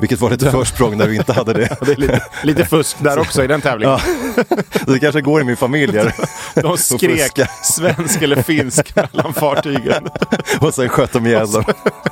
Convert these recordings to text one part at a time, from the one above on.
Vilket var lite försprång när vi inte hade det. Det är lite, lite fusk där också i den tävlingen. Ja. Det kanske går i min familj. Där. De skrek fuska. svensk eller finsk mellan fartygen. Och sen sköt de ihjäl dem.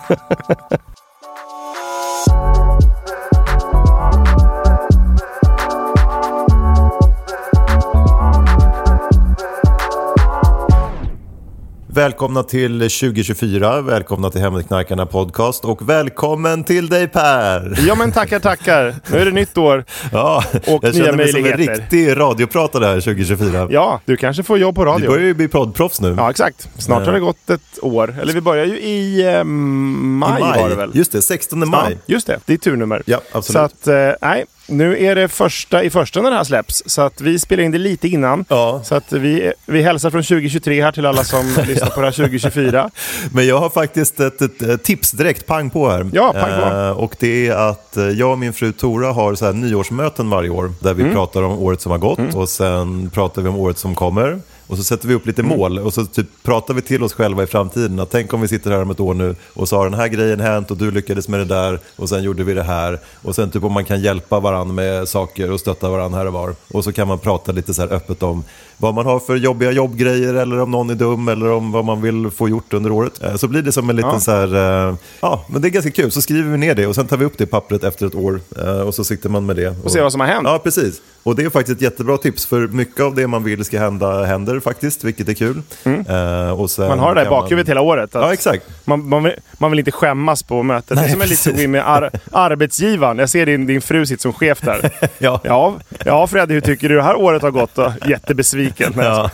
Välkomna till 2024, välkomna till Hemnetknarkarna podcast och välkommen till dig Per! Ja men tackar, tackar. Nu är det nytt år. Ja, Och jag nya känner mig som en möjligheter. riktig radiopratare här 2024. Ja, du kanske får jobb på Vi radio. börjar ju bli poddproffs nu. Ja, exakt. Snart har det gått ett år. Eller vi börjar ju i eh, maj, I maj. var det väl? Just det, 16 maj. Ja, just det. Det är turnummer. Ja, absolut. Så att, eh, nej, nu är det första i första när det här släpps. Så att vi spelar in det lite innan. Ja. Så att vi, vi hälsar från 2023 här till alla som lyssnar på det här 2024. Men jag har faktiskt ett, ett, eh, tips direkt, pang på här. Ja, pang på. Eh, och det är att eh, jag och min fru Tora har så här nyårsmöten varje år där vi Mm. pratar om året som har gått och sen pratar vi om året som kommer. Och så sätter vi upp lite Mm. mål och så typ pratar vi till oss själva i framtiden. Att tänk om vi sitter här om ett år nu och så har den här grejen hänt och du lyckades med det där och sen gjorde vi det här. Och sen typ om man kan hjälpa varandra med saker och stötta varandra här och var. Och så kan man prata lite så här öppet om vad man har för jobbiga jobbgrejer eller om någon är dum eller om vad man vill få gjort under året. Eh, Så blir det som en liten Ja. så här, eh, ja men det är ganska kul. Så skriver vi ner det och sen tar vi upp det pappret efter ett år eh, och så sitter man med det. Och ser vad som har hänt. Ja, precis. Och det är faktiskt ett jättebra tips för mycket av det man vill ska hända händer faktiskt, vilket är kul. Eh, och sen Mm. Man har det där i kan bakhuvudet hela året. att- Ja, exakt. Man, man, vill, man vill inte skämmas på mötet. det är som en precis. liten grej med ar, arbetsgivaren. Jag ser din, din fru sitter som chef där. Ja. ja, ja, Freddy, hur tycker du det här året har gått? Då? Jättebesviken. Nej, Ja.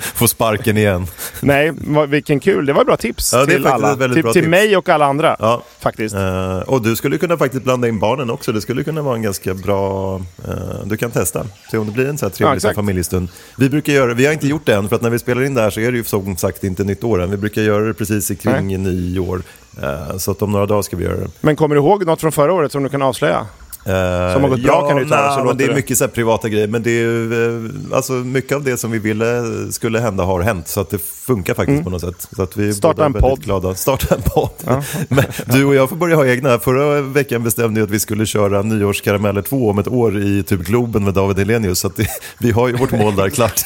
Få sparken igen. Nej, vad, vilken kul. Det var ett bra tips Ja, det är till faktiskt alla. ett väldigt till bra till tips. mig och alla andra. Ja. Faktiskt. Eh, och du skulle kunna faktiskt blanda in barnen också. Det skulle kunna vara en ganska bra... eh, du kan testa. Se om det blir en så här Ja, trevlig exakt. så här familjestund. Vi brukar göra Vi har inte gjort det än, för att när vi spelar in det här så är det ju som sagt inte nytt år än. Vi brukar göra det precis i kring nyår. Eh, så att om några dagar ska vi göra det. Men kommer du ihåg något från förra året som du kan avslöja? Eh, Som har gått bra kan du ta det, så nej, låter men det är det. mycket så här privata grejer. Men det är, ju, eh, alltså, mycket av det som vi ville skulle hända har hänt. Så att det funkar faktiskt på något sätt. Så att vi är Mm. Starta båda en väldigt podd. Glada. Starta en podd. men du och jag får börja ha egna. Förra veckan bestämde vi att vi skulle köra nyårskarameller 2 om ett år i typ Globen med David Hellenius. Så att det, vi har ju vårt mål där klart.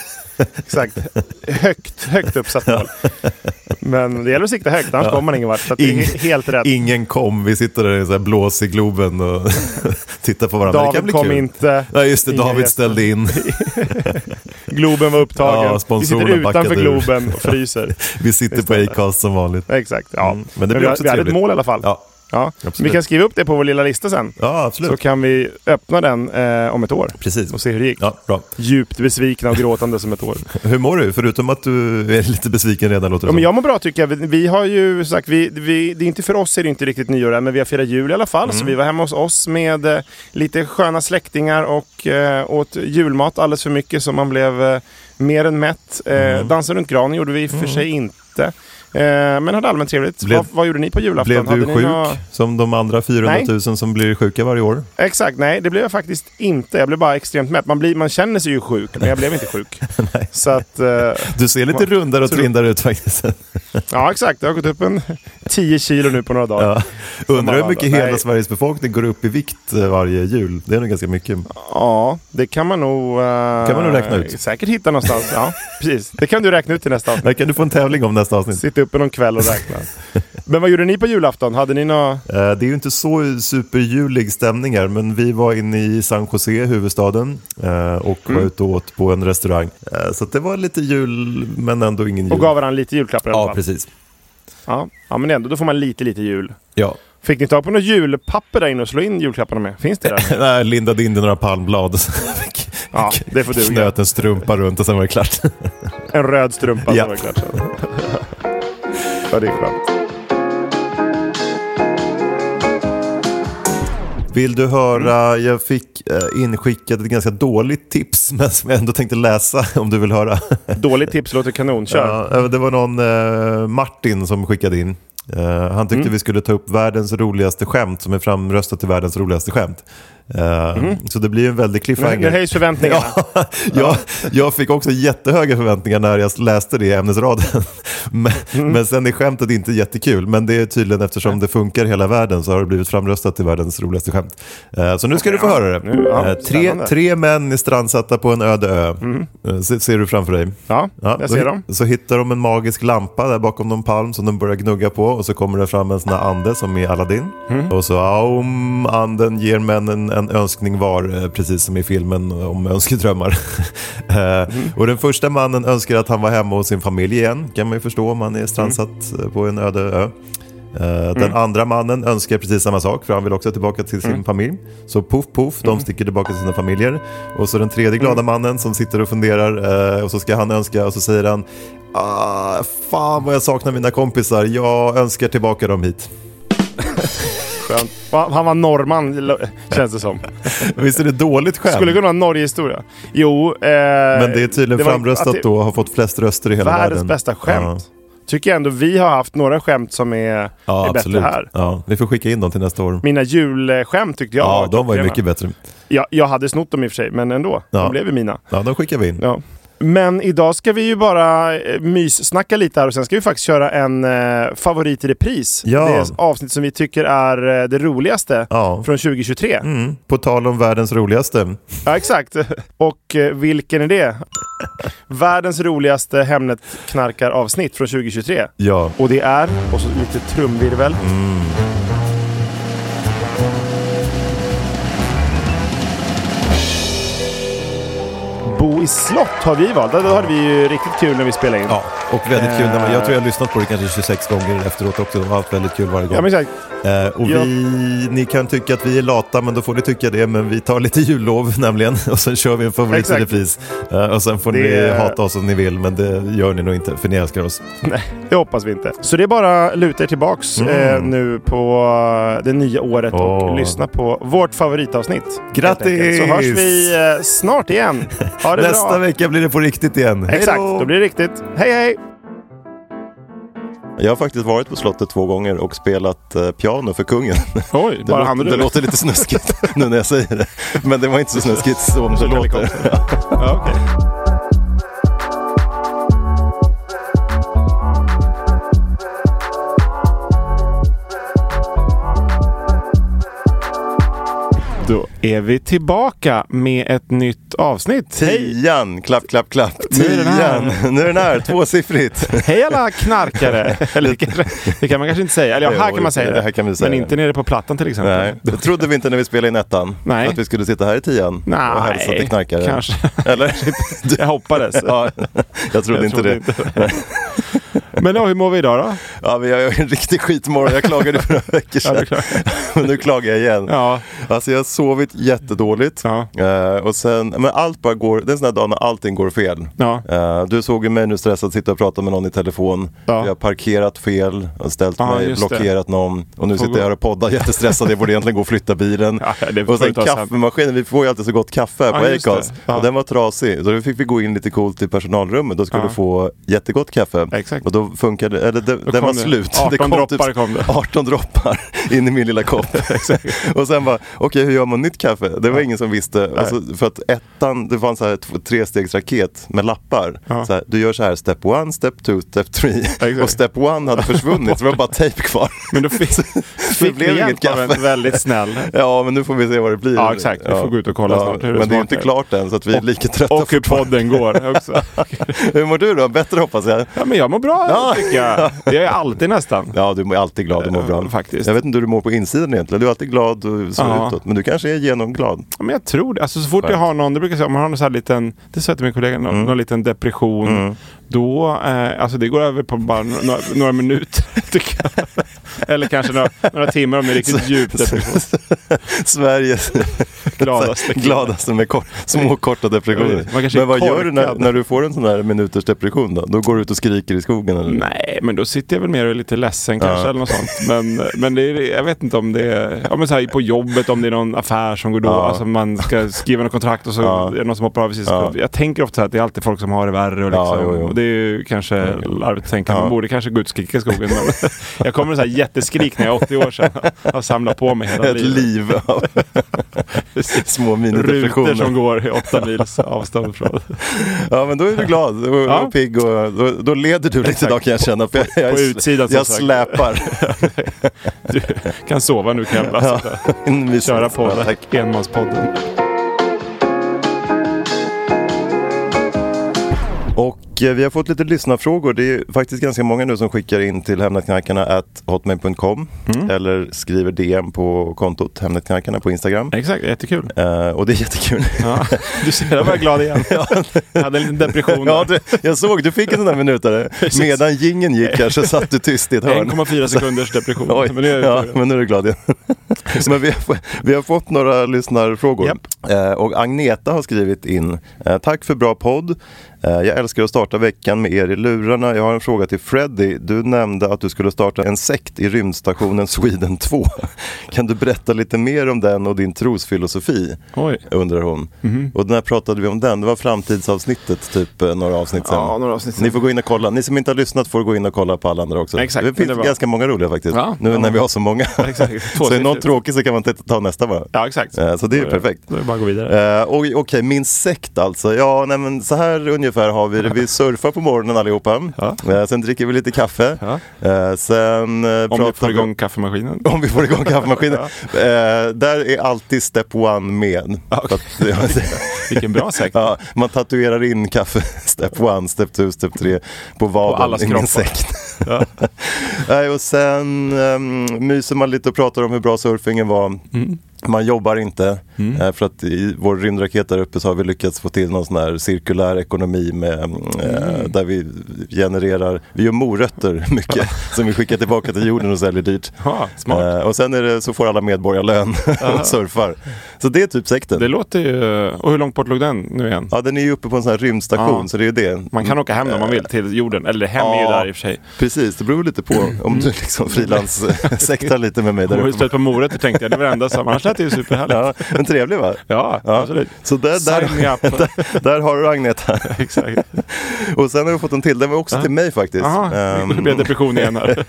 Exakt. högt, högt uppsatt mål. Men det gäller att sikta högt, annars kommer man ingen vart. Så att det är Ing- he- helt rätt. Ingen kom, vi sitter där i så här blås i Globen och tittar på varandra. det kan David bli kom kul. inte. Nej, just det, Ingen David gäst. ställde in. Globen var Ja, upptagen. Vi sitter sponsorerna utanför backade ur. Globen och fryser. Vi sitter på Acast som vanligt. Exakt. Ja. Mm, men det blir vi, har- också vi hade ett trevligt. mål i alla fall. Ja, Ja. absolut. Vi kan skriva upp det på vår lilla lista sen. ja Så absolut. kan vi öppna den eh, om ett år Precis. och se hur det gick. Ja, bra. Djupt besvikna och gråtande som ett år. Hur mår du? Förutom att du är lite besviken redan låter det Ja, men som. jag mår bra tycker jag. Vi, vi har ju som sagt, vi, vi, det är inte för oss är det inte riktigt nyår än, men vi har firat jul i alla fall. Mm. Så vi var hemma hos oss med eh, lite sköna släktingar och eh, åt julmat alldeles för mycket så man blev eh, mer än mätt. Eh, Mm. Dansen runt granen gjorde vi i och för sig inte. Eh, men hade allmänt trevligt. Blev- vad, vad gjorde ni på julafton? Blev Hade du ni sjuk? några- Som de andra 400 000 som blir sjuka varje år? Exakt, nej det blev jag faktiskt inte. Jag blev bara extremt mätt. Man, blir, man känner sig ju sjuk, men jag blev inte sjuk. så att, eh, Du ser lite Va? rundare och Så du- trindare ut faktiskt. Ja, exakt. Det har gått upp en 10 kilo nu på några dagar. Ja. Undrar hur alla mycket andra. hela Nej. Sveriges befolkning går upp i vikt eh, varje jul. Det är nog ganska mycket. Ja, det kan man nog... eh, Kan man nog räkna ut. Säkert hitta någonstans. Ja, precis. Det kan du räkna ut till nästa avsnitt. Där kan du få en tävling om nästa avsnitt. Sitta uppe någon kväll och räkna. Men vad gjorde ni på julafton? Hade ni några... Eh, Det är ju inte så superjulig stämning här, men vi var inne i San Jose, huvudstaden, eh, och var Mm. ute och åt på en restaurang. Eh, Så att det var lite jul, men ändå ingen jul. Och gav varandra lite julklappar i alla Ja, fall. precis. Ja. ja, men ändå. Då får man lite, lite jul. Ja. Fick ni tag på något julpapper där inne och slå in julklapparna med? Finns det där? Nej, lindade in i några palmblad. Ja, det får duga. Knöt en strumpa runt och sen var det klart. En röd strumpa. Ja. som var klart. ja, det är skönt. Vill du höra, jag fick eh, inskickat ett ganska dåligt tips, men som jag ändå tänkte läsa om du vill höra. Dåligt tips låter kanon. Kör. Ja, det var någon eh, Martin som skickade in. Eh, han Mm. tyckte vi skulle ta upp världens roligaste skämt som är framröstat till världens roligaste skämt. Eh, Mm. Så det blir ju en väldig Nu, nu cliffhanger. höjs förväntningarna. Ja, jag, jag fick också jättehöga förväntningar när jag läste det i ämnesraden. Men, Mm. men sen är skämtet inte jättekul. Men det är tydligen eftersom det funkar i hela världen så har det blivit framröstat till världens roligaste skämt. Eh, Så nu ska du få höra det. Nu- ja, Eh, tre, spännande. Mm. tre män är strandsatta på en öde ö. Eh, se- Ser du framför dig? Ja, jag så ser hit- dem. Så hittar de en magisk lampa där bakom någon palm som de börjar gnugga på och så kommer det fram en sån här ande som i Aladdin. Mm. Och så om anden ger männen en önskning var, eh, precis som i filmen om önskedrömmar. Eh, Mm. Och den första mannen önskar att han var hemma hos sin familj igen, kan man ju förstå om Mm. man är strandsatt eh, på en öde ö. Eh, Den andra mannen önskar precis samma sak för han vill också tillbaka till Mm. sin familj. Så poff poff, de sticker tillbaka till sina familjer. Och så den tredje glada Mm. mannen som sitter och funderar eh, och så ska han önska och så säger han ah, Fan vad jag saknar mina kompisar, jag önskar tillbaka dem hit. Skönt. Va- Han var norrman, lo- känns det som. Visst är det dåligt skämt? Skulle kunna vara en Norgehistoria. Jo, eh, Men det är tydligen det var- framröstat att det- då och har fått flest röster i hela världens världen. bästa skämt. Tycker jag ändå vi har haft några skämt som är, Ja, är ja bättre absolut. här. Ja, vi får skicka in dem till nästa år. Mina julskämt tyckte jag Ja, de var ju klockrena. mycket bättre. Jag, jag hade snott dem i och för sig, men ändå. Ja. De blev ju mina. Ja, de skickar vi in. Ja. Men idag ska vi ju bara eh, myssnacka lite här och sen ska vi faktiskt köra en eh, favorit i repris. Ja. Det är ett avsnitt som vi tycker är eh, det roligaste Ja. från 2023. Mm. På tal om världens roligaste. Ja, exakt. Och eh, vilken är det? Världens roligaste Hemnet-knarkar-avsnitt från 2023. Ja. Och det är, och så lite trumvirvel. Bo i slott har vi valt. Det hade vi ju riktigt kul när vi spelade in. Ja, och väldigt kul. När man, jag tror jag har lyssnat på det kanske 26 gånger efteråt också. De har haft väldigt kul varje gång. Eh. Ja, men exakt. eh, och Ja. vi, ni kan tycka att vi är lata, men då får ni tycka det. Men vi tar lite jullov nämligen och sen kör vi en favorit i Exakt. repris. Eh, och sen får Det- ni hata oss om ni vill, men det gör ni nog inte, för ni älskar oss. Nej, det hoppas vi inte. Så det är bara att luta er tillbaks eh, nu på eh, det nya året Mm. Åh. och lyssna på vårt favoritavsnitt. Grattis! helt enkelt. Så hörs vi eh, snart igen. Ha det Nästa bra. vecka blir det på riktigt igen. Hej Exakt, då! då blir det riktigt. Hej hej! Jag har faktiskt varit på slottet två gånger och spelat eh, piano för kungen. Oj, Det, låter, det låter lite snuskigt nu när jag säger det. Men det var inte så snuskigt som det låter. Ja, okej. Då är vi tillbaka med ett nytt avsnitt. Hej! Tian, klapp, klapp, klapp. Nu är den här. Tian, nu är den här, tvåsiffrigt. Hej alla knarkare! Eller det, kanske, det kan man kanske inte säga. Eller ja, Jo, här kan man säga det. det här kan vi säga. Men inte nere på Plattan till exempel. Nej, det trodde vi inte när vi spelade in ettan. Nej. Att vi skulle sitta här i tian Nej, och hälsa till knarkare. kanske. Eller? Du, Jag hoppades. ja, jag trodde Jag inte trodde det. inte Men ja, hur mår vi idag då? Ja, vi har ju en riktig skitmorgon. Jag klagade för några veckor Ja, du sedan. Men nu klagar jag igen. Ja. Alltså jag har sovit jättedåligt. Ja. Eh, och sen, men allt bara går, det är en sån här dag när allting går fel. Ja. Eh, du såg ju mig nu stressad sitta och prata med någon i telefon. Ja. Jag har parkerat fel, jag har ställt Ja, mig, just det. blockerat någon. Och nu Får sitter gå- jag här och poddar jättestressad. Jag borde egentligen gå och flytta bilen. Ja, det får och sen du ta sen. kaffemaskinen, vi får ju alltid så gott kaffe här Ja, på just det. Acast. Ja. Och den var trasig. Så då fick vi gå in lite coolt i personalrummet. Då skulle Ja. du få jättegott kaffe. Exakt. Och då så funkade eller det, den var kom det. slut. 18 droppar typ kom det. 18 droppar in i min lilla kopp. och sen bara, okej hur gör man nytt kaffe? Det var ingen som visste. Och så, för att ettan, det fanns så här två- trestegsraket med lappar. Ja. Så här, du gör så här, step one, step two, step three. Exakt. Och step one hade försvunnit, så det var bara tejp kvar. Men då fick, det fick blev ni inget hjälp av en kaffe. väldigt snäll Ja, men nu får vi se vad det blir. Ja, exakt. Vi får gå ut och kolla snart hur det Men det är ju smakar. inte klart än, så att vi är lika trötta. och hur podden går också. Hur mår du då? Bättre hoppas jag. Ja, men jag mår bra Ja. tycker jag. Det är jag alltid nästan. Ja, du är alltid glad och mår bra. Ja, faktiskt. Jag vet inte hur du mår på insidan egentligen. Du är alltid glad och så Ja. utåt. Men du kanske är genomglad. Ja, men jag tror det. Alltså, så fort jag Skönt. har någon, det brukar jag säga, om man har någon så här liten, det sa jag till min kollega, någon, någon liten depression. Då, eh, alltså det går över på bara no- några, några minuter tycker jag. Eller kanske några, några timmar om det är riktigt djupt depression. Sveriges Gladaste kille. gladaste med kort, små korta Jag depressioner. vet, man kanske Men vad är gör du när, korkad. när du får en sån här minuters depression då? Då går du ut och skriker i skogen eller? Nej, men då sitter jag väl mer och är lite ledsen kanske eller något sånt. Men, men det är, jag vet inte om det är, ja, men så här, på jobbet om det är någon affär som går då, alltså man ska skriva något kontrakt och så Ja. är det någon som hoppar av i sista Ja. sekund. Jag tänker ofta så här att det är alltid folk som har det värre och, Ja, liksom, jo, jo. Mm. och det är ju kanske larvigt att tänka, man borde kanske gå ut och skrika i skogen. Men jag kommer med så här jätteskrik när jag är 80 år sedan. Jag har samlat på mig hela Ett livet. liv av små Rutor som minidepressioner. går i åtta mils avstånd från. Ja men då är du glad och, Ja. och pigg och då, då leder du lite idag kan jag känna. För jag, jag, på utsidan, som jag sagt. släpar. Du kan sova nu kan jag bara Ja. sitta. Envisas. köra på Ja, tack. det. Enmanspodden. Och eh, vi har fått lite lyssnarfrågor. Det är faktiskt ganska många nu som skickar in till hemnetknarkarna.hotmail.com eller skriver DM på kontot Hemnetknarkarna på Instagram. Exakt, jättekul. Eh, och det är jättekul. Ja. Du ser, jag var glad igen. Jag hade en liten depression. Ja, du, jag såg, du fick en sån där minutare. Medan gingen gick här så satt du tyst i ett hörn. 1,4 sekunders depression. Oj, Men det är ja, men nu är du glad igen. men vi, har, vi har fått några lyssnarfrågor. Japp. Eh, och Agneta har skrivit in. Eh, tack för bra podd. Eh, jag älskar att starta veckan med er i lurarna. Jag har en fråga till Freddy. Du nämnde att du skulle starta en sekt i rymdstationen Sweden 2. kan du berätta lite mer om den och din trosfilosofi? Oj. Mhm. Undrar hon. Och när pratade vi om den? Det var framtidsavsnittet, typ eh, några avsnitt sen. Ja, några avsnitt sen. Ni får gå in och kolla. Ni som inte har lyssnat får gå in och kolla på alla andra också. Exakt, Det men finns det var- ganska många roliga faktiskt. Ja, nu ja. när vi har så många. exakt. så är någon Tvåsiffrigt. tråkig så kan man inte ta nästa bara. Ja, exakt. Eh, Så det är ju Då perfekt. Då är det bara att gå vidare. Eh, och Okej, min sekt alltså. Ja, nej, men så här ungefär har vi det. Vi surfar på morgonen allihopa. Ja. Eh, sen dricker vi lite kaffe. Ja. Eh, sen eh, Om pratar du får igång kaffemaskinen. om vi får igång kaffemaskinen. eh, där är alltid step one med. Så att- Vilken bra sekt. ja, man tatuerar in kaffe, step one, step two, step tre på På vaden allas i min kroppar. sekt. Ja. Nej, och sen um, myser man lite och pratar om hur bra surfingen var. Mm. Man jobbar inte, eh, för att i vår rymdraket där uppe så har vi lyckats få till någon sån här cirkulär ekonomi med, eh, Mm. där vi genererar, vi gör morötter mycket som vi skickar tillbaka till jorden och säljer dyrt. Ja, smart. Eh, och sen är det, så får alla medborgarlön och surfar. Så det är typ sekten. Det låter ju... Och hur långt bort låg den nu igen? Ja, den är ju uppe på en sån här rymdstation, Ja. så det är ju det. Man kan åka hem om man vill till jorden. Eller hem är ju Ja. där i och för sig. Precis, det beror lite på Mm. om du liksom frilanssektar lite med mig Och där just uppe. det på morötter tänkte jag, det var det enda som... Annars lät det ju superhärligt. Ja, men trevlig va? Ja, absolut. Så där, där, Sign me up. där, där har du Agneta. Exakt. Och sen har vi fått en till, den var också till mig faktiskt. Jaha, Ehm, nu blir det depression igen här.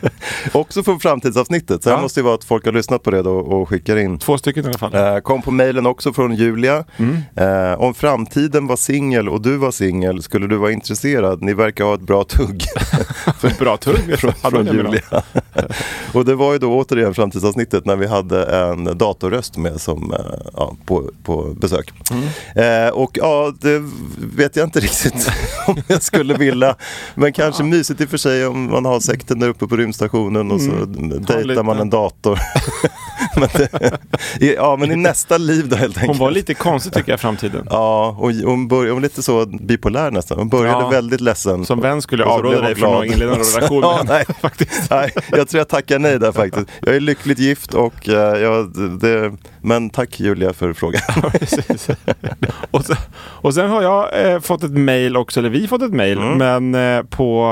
också från framtidsavsnittet, så det Ja. här måste ju vara att folk har lyssnat på det då och skickar in. Två stycken i alla fall. Eh, Kom på mejlen också från Julia. Mm. Eh, om framtiden var singel och du var singel, skulle du vara intresserad? Ni verkar ha ett bra tugg. Bra tugg. från, Hade från jag med dem. Julia. och det var ju då återigen framtidsavsnittet när vi hade en datorröst med som, eh, ja, på, på besök. Mm. Eh, och ja, det vet jag inte riktigt om jag skulle vilja. Men kanske mysigt i och för sig om man har sekten där uppe på rymdstationen och så Mm. lite- dejtar man en dator. men det, i- ja, men i nästa liv då helt enkelt. Hon var lite konstig tycker jag i framtiden. Ja, och hon, började, hon var lite så bipolär nästan. Hon började Ja. väldigt ledsen. Som vän skulle jag Och så blev hon avråda dig från glad. att inleda en relation med ja, henne. nej. nej, jag tror jag tackar nej där faktiskt. Jag är lyckligt gift och eh, jag, det, men tack Julia för frågan. Precis. och, sen, och sen har jag eh, fått ett mejl också, eller vi fått ett mejl, men eh, på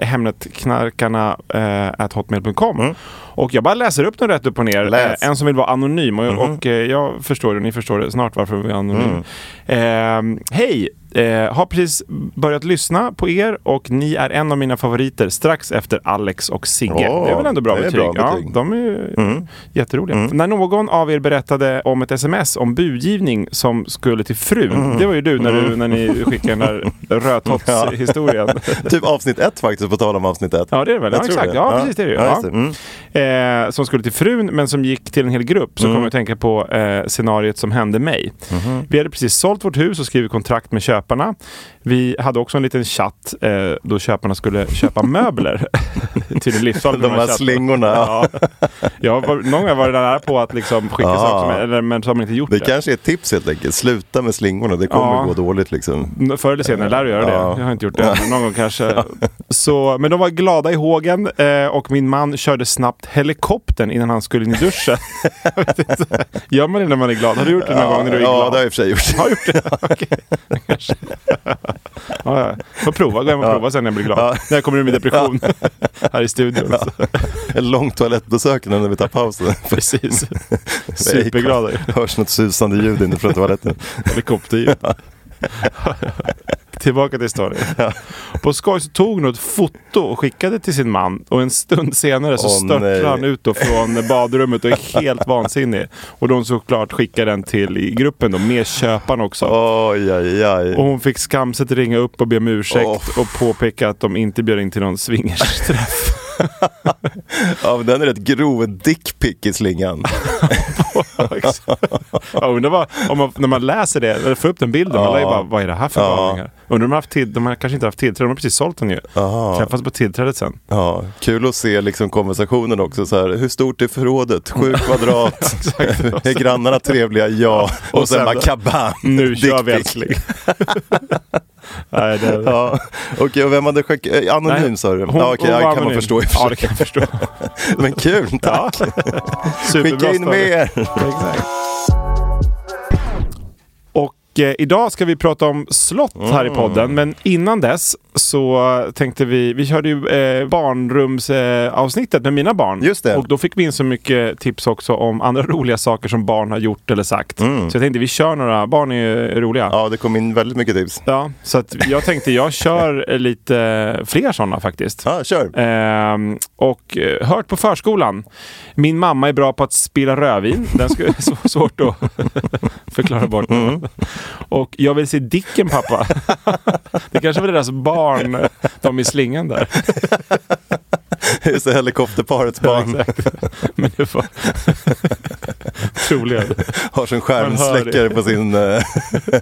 eh, Hemnetknarkarna eh, at hotmail.com. Och jag bara läser upp den rätt upp och ner. Läs. Eh, en som vill vara anonym och, och eh, jag förstår det, ni förstår det snart varför vi är anonym. Eh, Hej! Eh, har precis börjat lyssna på er och ni är en av mina favoriter strax efter Alex och Sigge. Åh, det är väl ändå bra det är betyg? bra Ja, betyg. Mm. de är ju jätteroliga. När någon av er berättade om ett sms om budgivning som skulle till frun. Mm. Det var ju du när, du, när ni skickade den där rödtotts-historien. Typ avsnitt ett faktiskt, på tal om avsnitt ett. Ja det är det väl? Jag Ja, tror exakt. det. Ja, Ja. precis det är det ju. Ja, Ja, just det. Mm. Eh, som skulle till frun men som gick till en hel grupp. Så Mm. kommer jag att tänka på eh, scenariet som hände mig. Mm-hmm. Vi hade precis sålt vårt hus och skrivit kontrakt med köparna. Vi hade också en liten chatt eh, då köparna skulle köpa möbler. till det livsfarliga med De här chattarna. slingorna. Ja. Jag var, någon gång var det nära på att liksom skicka Ja. saker som, eller, men så har man inte gjort Det det. kanske är ett tips helt enkelt. Sluta med slingorna, det kommer Ja. gå dåligt liksom. Förr eller senare lär du göra Ja. det. Jag har inte gjort det än, men någon gång kanske. Så, men de var glada i hågen eh, och min man körde snabbt helikoptern innan han skulle in i duschen. Jag vet inte. Gör man det när man är glad? Har du gjort det någon gång när du är ja, glad? det har jag i och för sig gjort. Har jag gjort det? Okej. Kanske. ja, ja. Får prova. Gå hem och prova sen när jag blir glad. Ja. När jag kommer ur min depression. Här i studion. Ett långt toalettbesök innan vi tar pausen. Precis. Superglad. Hörs något susande ljud inne från toaletten. Helikopterljud. Tillbaka till storyn. På skoj så tog hon ett foto och skickade till sin man och en stund senare så Åh, störtlar nej. han ut då från badrummet och är helt vansinnig. Och de såklart skickar den till i gruppen då, med köparen också. Oj, oj, oj. Och hon fick skamset ringa upp och be om ursäkt Åh. och påpeka att de inte bjöd in till någon swingersträff. Ja, men den är rätt grov dickpick i slingan. ja, undrar vad, om man, när man läser det, eller får upp den bilden, man Ja. lär ju bara, vad är det här för Ja. galningar? Undrar om de har haft tid, de har kanske inte haft tillträde, de har precis sålt den ju. Träffas på tillträdet sen. Ja, kul att se liksom konversationen också. Så här, hur stort är förrådet? Sju kvadrat. Exakt. Är grannarna trevliga? Ja. Och, sen, sen bara då? kabam! Nu Dick kör vi pic. älskling. Nej, det, Ja. Okej, och vem hade skickat? eh, Anonym sa du? ja, okej, det var kan man anonym. förstå i och för Ja, sig. det kan jag förstå. Men kul, tack! Ja. Superbra Skicka in story. mer! Exakt. Och eh, idag ska vi prata om slott här Mm. i podden. Men innan dess så tänkte vi, vi körde ju eh, barnrumsavsnittet eh, avsnittet med mina barn. Just det. Och då fick vi in så mycket tips också om andra roliga saker som barn har gjort eller sagt. Så jag tänkte vi kör några, barn är ju roliga. Mm. Ja, det kom in väldigt mycket tips. Ja, så att jag tänkte jag kör eh, lite fler sådana faktiskt. Ja, kör! Ehm, och eh, hört på förskolan. Min mamma är bra på att spilla rödvin. Den ska, så svårt att förklara bort. Och jag vill se Dicken pappa. Det kanske var deras barn, de i slingan där. Just det, helikopterparets barn Exakt. Men det var troligen. har sin Man hör skärmsläckare på sin, eh,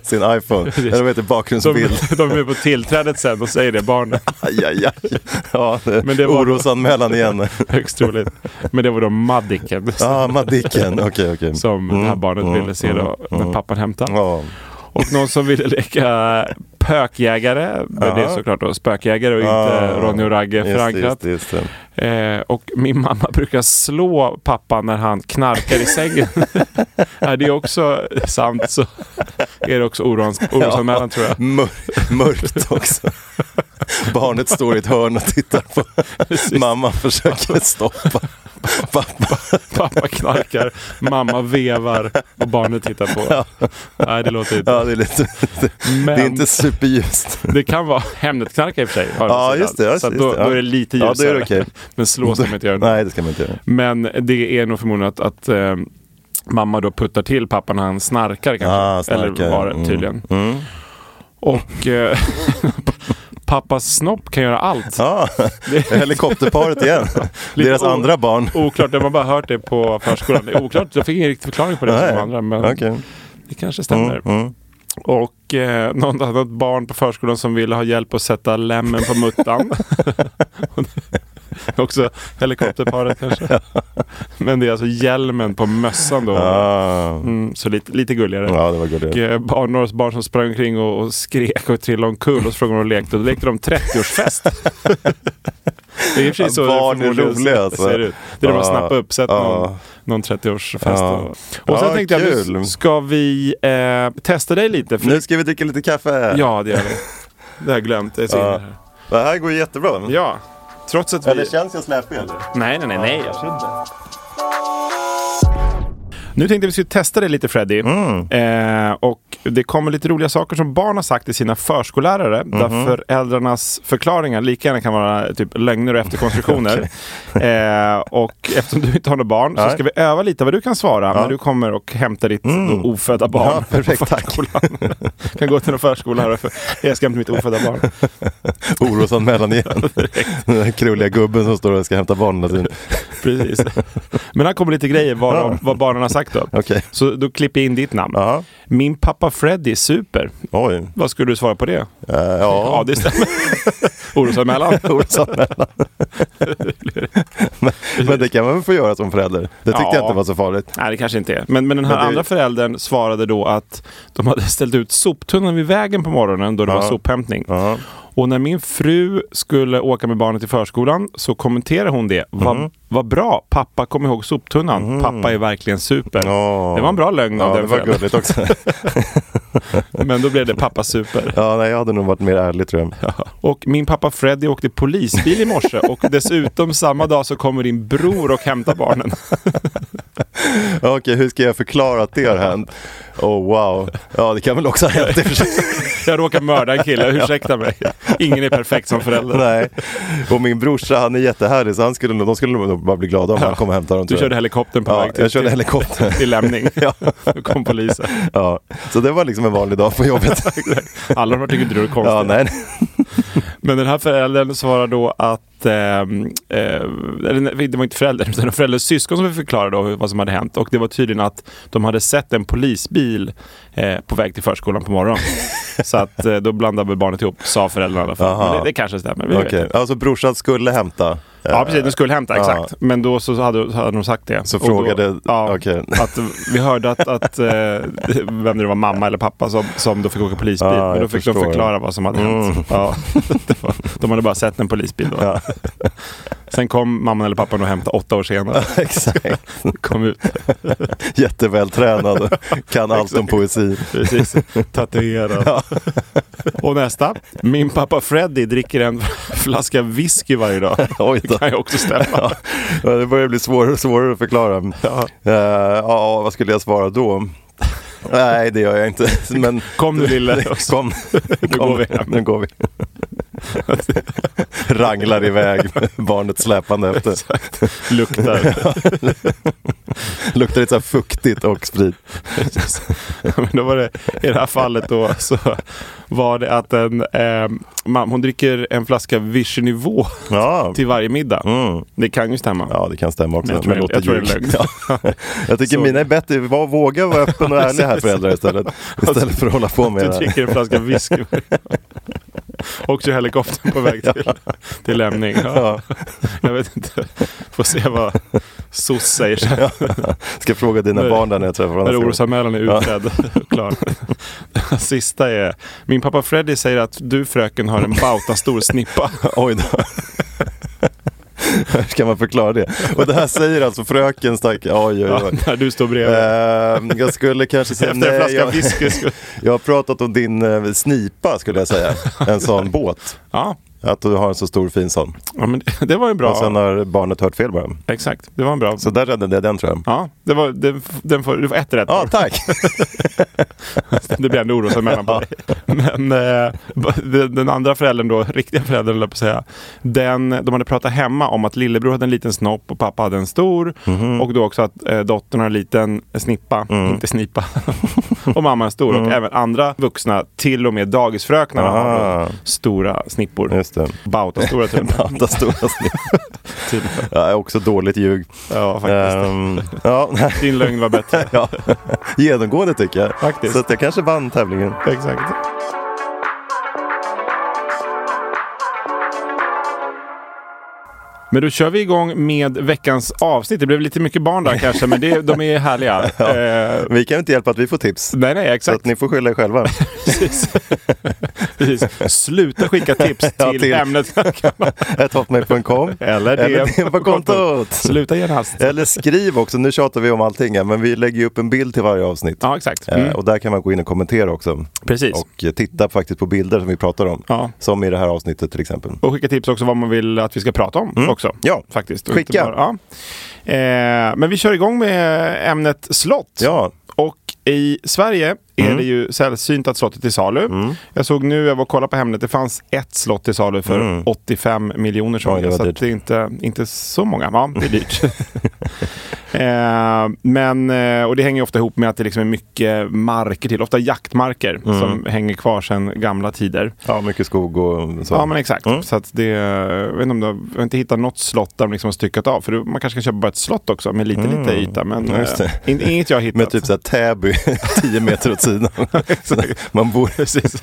sin iPhone. Eller vad heter det? De, bakgrundsbild? de är på tillträdet sen och säger det, barnen. Aj, aj, aj. Ja, det, Men det var- orosanmälan igen. Högst troligt. Men det var då Madicken Ja, Madicken. Okej, okej. Mm, som det här barnet ville se då när pappan hämtade. Ja. Och någon som ville leka pökjägare. Men det är såklart då spökjägare och Ja. inte Ronny och Ragge Just det, just förankrat. det, just det. Eh, och min mamma brukar slå pappa när han knarkar i sängen. är det också sant så är det också orans- orosanmälan tror jag. Mör- mörkt också. Barnet står i ett hörn och tittar på. Mamma försöker stoppa. Pappa. Pappa knarkar, mamma vevar och barnet tittar på. Nej, det låter inte. Ja, det är lite... Det Men- är inte superljust. Det kan vara Hemnetknarkare i och för sig. har de Ja, sagt. just det, ja, så att just då, det, ja. då är det lite Ja, då är det ljusare. okej. Men slå ska man inte göra. Nej, det ska man inte göra. Men det är nog förmodligen att, att eh, mamma då puttar till pappa när han snarkar kanske. Ah, snarkar. Eller var det tydligen. Mm. Och eh, pappas snopp kan göra allt. Ja, helikopterparet igen. Lite Deras o- andra barn. Oklart, man har bara hört det på förskolan. Det är oklart, jag fick ingen riktig förklaring på det som Nej. de andra. Men Okej. Mm. det kanske stämmer. Och eh, något annat barn på förskolan som ville ha hjälp att sätta lämmen på muttan. Också helikopterparet kanske. Men det är alltså hjälmen på mössan då. Ah. Mm, så lite, lite gulligare. Ja, det var Och, gulligt. eh, barn, några barn som sprang omkring och, och skrek och trillade omkull och så frågade de om de lekte. Och då lekte de 30-årsfest. det är i och för sig så Barn är förmodligen roliga, alltså. ser det ut. Det är de har Ja, snappat upp, sett någon, ja. någon 30-årsfest. Ja. Och, och sen Ja, tänkte jag nu kul. ska vi eh, testa dig lite. För, Nu ska vi dricka lite kaffe. Ja, det gör vi. Det har jag glömt. Det är så Ja. inne här. Det här går jättebra. ja, trots att vi... Eller känns jag släpig? eller? Nej, nej, nej, nej, absolut inte. Nu tänkte vi skulle testa det lite Freddy. Mm. Eh, och det kommer lite roliga saker som barn har sagt till sina förskollärare. Mhm. Där föräldrarnas förklaringar lika gärna kan vara typ lögner och efterkonstruktioner. eh, och eftersom du inte har några barn så Nej. ska vi öva lite vad du kan svara när du kommer och hämtar ditt då, ofödda barn. Mm. Ja, perfekt, på tack. förskolan. kan gå till någon förskola här och för- jag ska hämta mitt ofödda barn. Orosanmälan igen. Den där krulliga gubben som står och ska hämta barn hela tiden. Precis. Men här kommer lite grejer vad, vad barnen har sagt då. Okej. Så då klipper jag in ditt namn. Ja. Min pappa Freddy är super. Oj. Vad skulle du svara på det? Eh, Ja, ja. det stämmer. Orosanmälan. Orosanmälan. men, men det kan man väl få göra som förälder? Det tyckte Ja. jag inte var så farligt. Nej, det kanske inte är. Men, men den här Men det- andra föräldern svarade då att de hade ställt ut soptunnan vid vägen på morgonen då det var sophämtning. Ja. Och när min fru skulle åka med barnet till förskolan så kommenterade hon det. Mhm. Vad, vad bra, pappa kom ihåg soptunnan. Pappa är verkligen super. Ja. Det var en bra lögn av Ja, det den var föräldern. gulligt också. Men då blev det pappa super. Ja, nej, jag hade nog varit mer ärlig tror jag. Och min pappa Freddy åkte polisbil i morse och dessutom samma dag så kommer din bror och hämtar barnen. Ja, Okej, hur ska jag förklara att det har hänt? Oh wow. Ja, det kan väl också ha hänt i och för sig. Jag råkar mörda en kille, ursäkta mig. Ingen är perfekt som förälder. Nej. Och min brorsa, han är jättehärlig så han skulle, nog- de skulle nog bara bli glada om han kom och hämtade dem. Du tror jag. körde helikoptern på Ja, väg till, jag körde till, helikopter. till lämning. Ja. Då kom polisen. Ja. Så det var liksom en vanlig dag på jobbet. Alla de här tycker inte du är konstig. Ja, nej. Men den här föräldern svarar då att, ehm, eh, eller nej, det var inte föräldern, utan en förälders syskon som förklarade då vad som hade hänt. Och det var tydligen att de hade sett en polisbil eh, på väg till förskolan på morgonen. Så att eh, då blandade väl barnet ihop, sa föräldrarna i alla fall. Aha. Men det, det kanske stämmer. Vi vet Okej, inte. alltså brorsan skulle hämta. Ja precis, den skulle hämta, Ja. exakt. Men då så hade, så hade de sagt det. Så Och då- frågade- ja, okej. att vi hörde att, att eh, vem det var, mamma eller pappa som, som då fick åka polisbil. Ja, men då jag fick de förstår. Mm. förklara vad som hade hänt. Ja, det var, de hade bara sett en polisbil då. Ja. Sen kom mamman eller pappan och hämtade åtta år senare. Exakt. Kom ut, Jättevältränad och kan allt om poesi. precis. Tatuerad. Och nästa. Min pappa Freddy dricker en flaska whisky varje dag. Oj Det då. kan ju också stämma. Ja, det börjar bli svårare och svårare att förklara. Ja, Eh, ja vad skulle jag svara då? Nej, det gör jag inte. Men Kom nu lille. Och så- kom, Nu kom. går vi hem. Nu går vi. Ranglar iväg, barnet släpande efter. Luktar. Luktar lite så här fuktigt och sprit. Precis. Men då var det, I det här fallet då så var det att en, eh, mam, hon dricker en flaska Vichy-nivå Ja. till varje middag. Mm. Det kan ju stämma. Ja, det kan stämma också. Men jag tror det- låter jag tror det är ljuvligt. lögn. Ja. Jag tycker Så- mina är bättre. Var, våga vara öppen och ärlig här föräldrar istället. Istället för att hålla på med Alltså, Du det här. dricker en flaska whisky. Också helikoptern på väg till, till lämning. Ja, Ja. jag vet inte. Får se vad SOS säger sen. Ska fråga dina Nej. barn där när jag träffar dem. När nästa gång. orosanmälan är Ja. utredd. Klar. Den sista är. Min pappa Freddy säger att du fröken har en bautastor snippa. Oj då. Hur ska man förklara det? Och det här säger alltså fröken stack. Oj, oj, Ja, oj. när du står bredvid. Eh, jag skulle kanske säga Efter en nej. flaska Jag, whisky. skulle- jag har pratat om din eh, snipa skulle jag säga. En sån båt. Ja, Att du har en så stor fin sån. ja men det, det var ju bra. Och sen har barnet hört fel bara. Exakt, det var en bra. Så där räddade jag den tror jag. Ja, det var, den, den får, du får ett rätt. Ja, Torsten. tack. Det blir ändå orosanmälan på dig. Men eh, ba- den, den andra föräldern då, riktiga föräldern höll jag på att säga. Den, de hade pratat hemma om att lillebror hade en liten snopp och pappa hade en stor. Mhm. Och då också att eh, dottern har en liten snippa, Mm. inte snipa. och mamma en stor. Och även andra vuxna, till och med dagisfröknarna har Ah. då stora snippor. typ. Just det. Bautastora till och med. Banta stora snitt. Tydligen. Ja, också dåligt ljug. Typ. Ja, faktiskt. Ehm, ja, nej. Din lögn var bättre. ja. Genomgående tycker jag. Faktiskt. Så att jag kanske vann tävlingen. Exakt. Men då kör vi igång med veckans avsnitt. Det blev lite mycket barn där kanske, men det, de är härliga. Eh, Vi kan inte hjälpa att vi får tips. nej, nej, Så exakt. att ni får skylla er själva. Precis. Precis. Sluta skicka tips till, Ja, till- ämnet. Ett hotmail.com. Eller Eller DM DM på kontot. Sluta genast. Eller skriv också, nu tjatar vi om allting här, men vi lägger ju upp en bild till varje avsnitt. Ja, exakt. Eh, Mm. Och där kan man gå in och kommentera också. Precis. Och eh, titta faktiskt på bilder som vi pratar om. Ja. Som i det här avsnittet till exempel. Och skicka tips också vad man vill att vi ska prata om också. Mm. Ja. faktiskt. Och Skicka. inte Bara, ja. eh, men vi kör igång med ämnet slott. Ja, Mm. Och i Sverige är det ju sällsynt att slottet är till salu. Jag såg nu, jag var och kollade på Hemnet, det fanns ett slott till salu för 85 miljoner Mm. Oj, det kronor. var Så att dyrt. det är inte, inte så många. Ja, det är dyrt. eh, men, eh, och det hänger ju ofta ihop med att det liksom är mycket marker till, ofta jaktmarker Mm. som hänger kvar sedan gamla tider. ja mycket skog och så. Mm. Ja men exakt. Så att det, jag, vet inte om det, jag har inte hittat något slott där de liksom har styckat av. För det- man kanske kan köpa bara ett slott också med lite lite yta. Men Mm. Ja, just eh, in, inget jag har hittat. Med typ såhär Täby, 10 meter åt sidan. Man bor... Precis.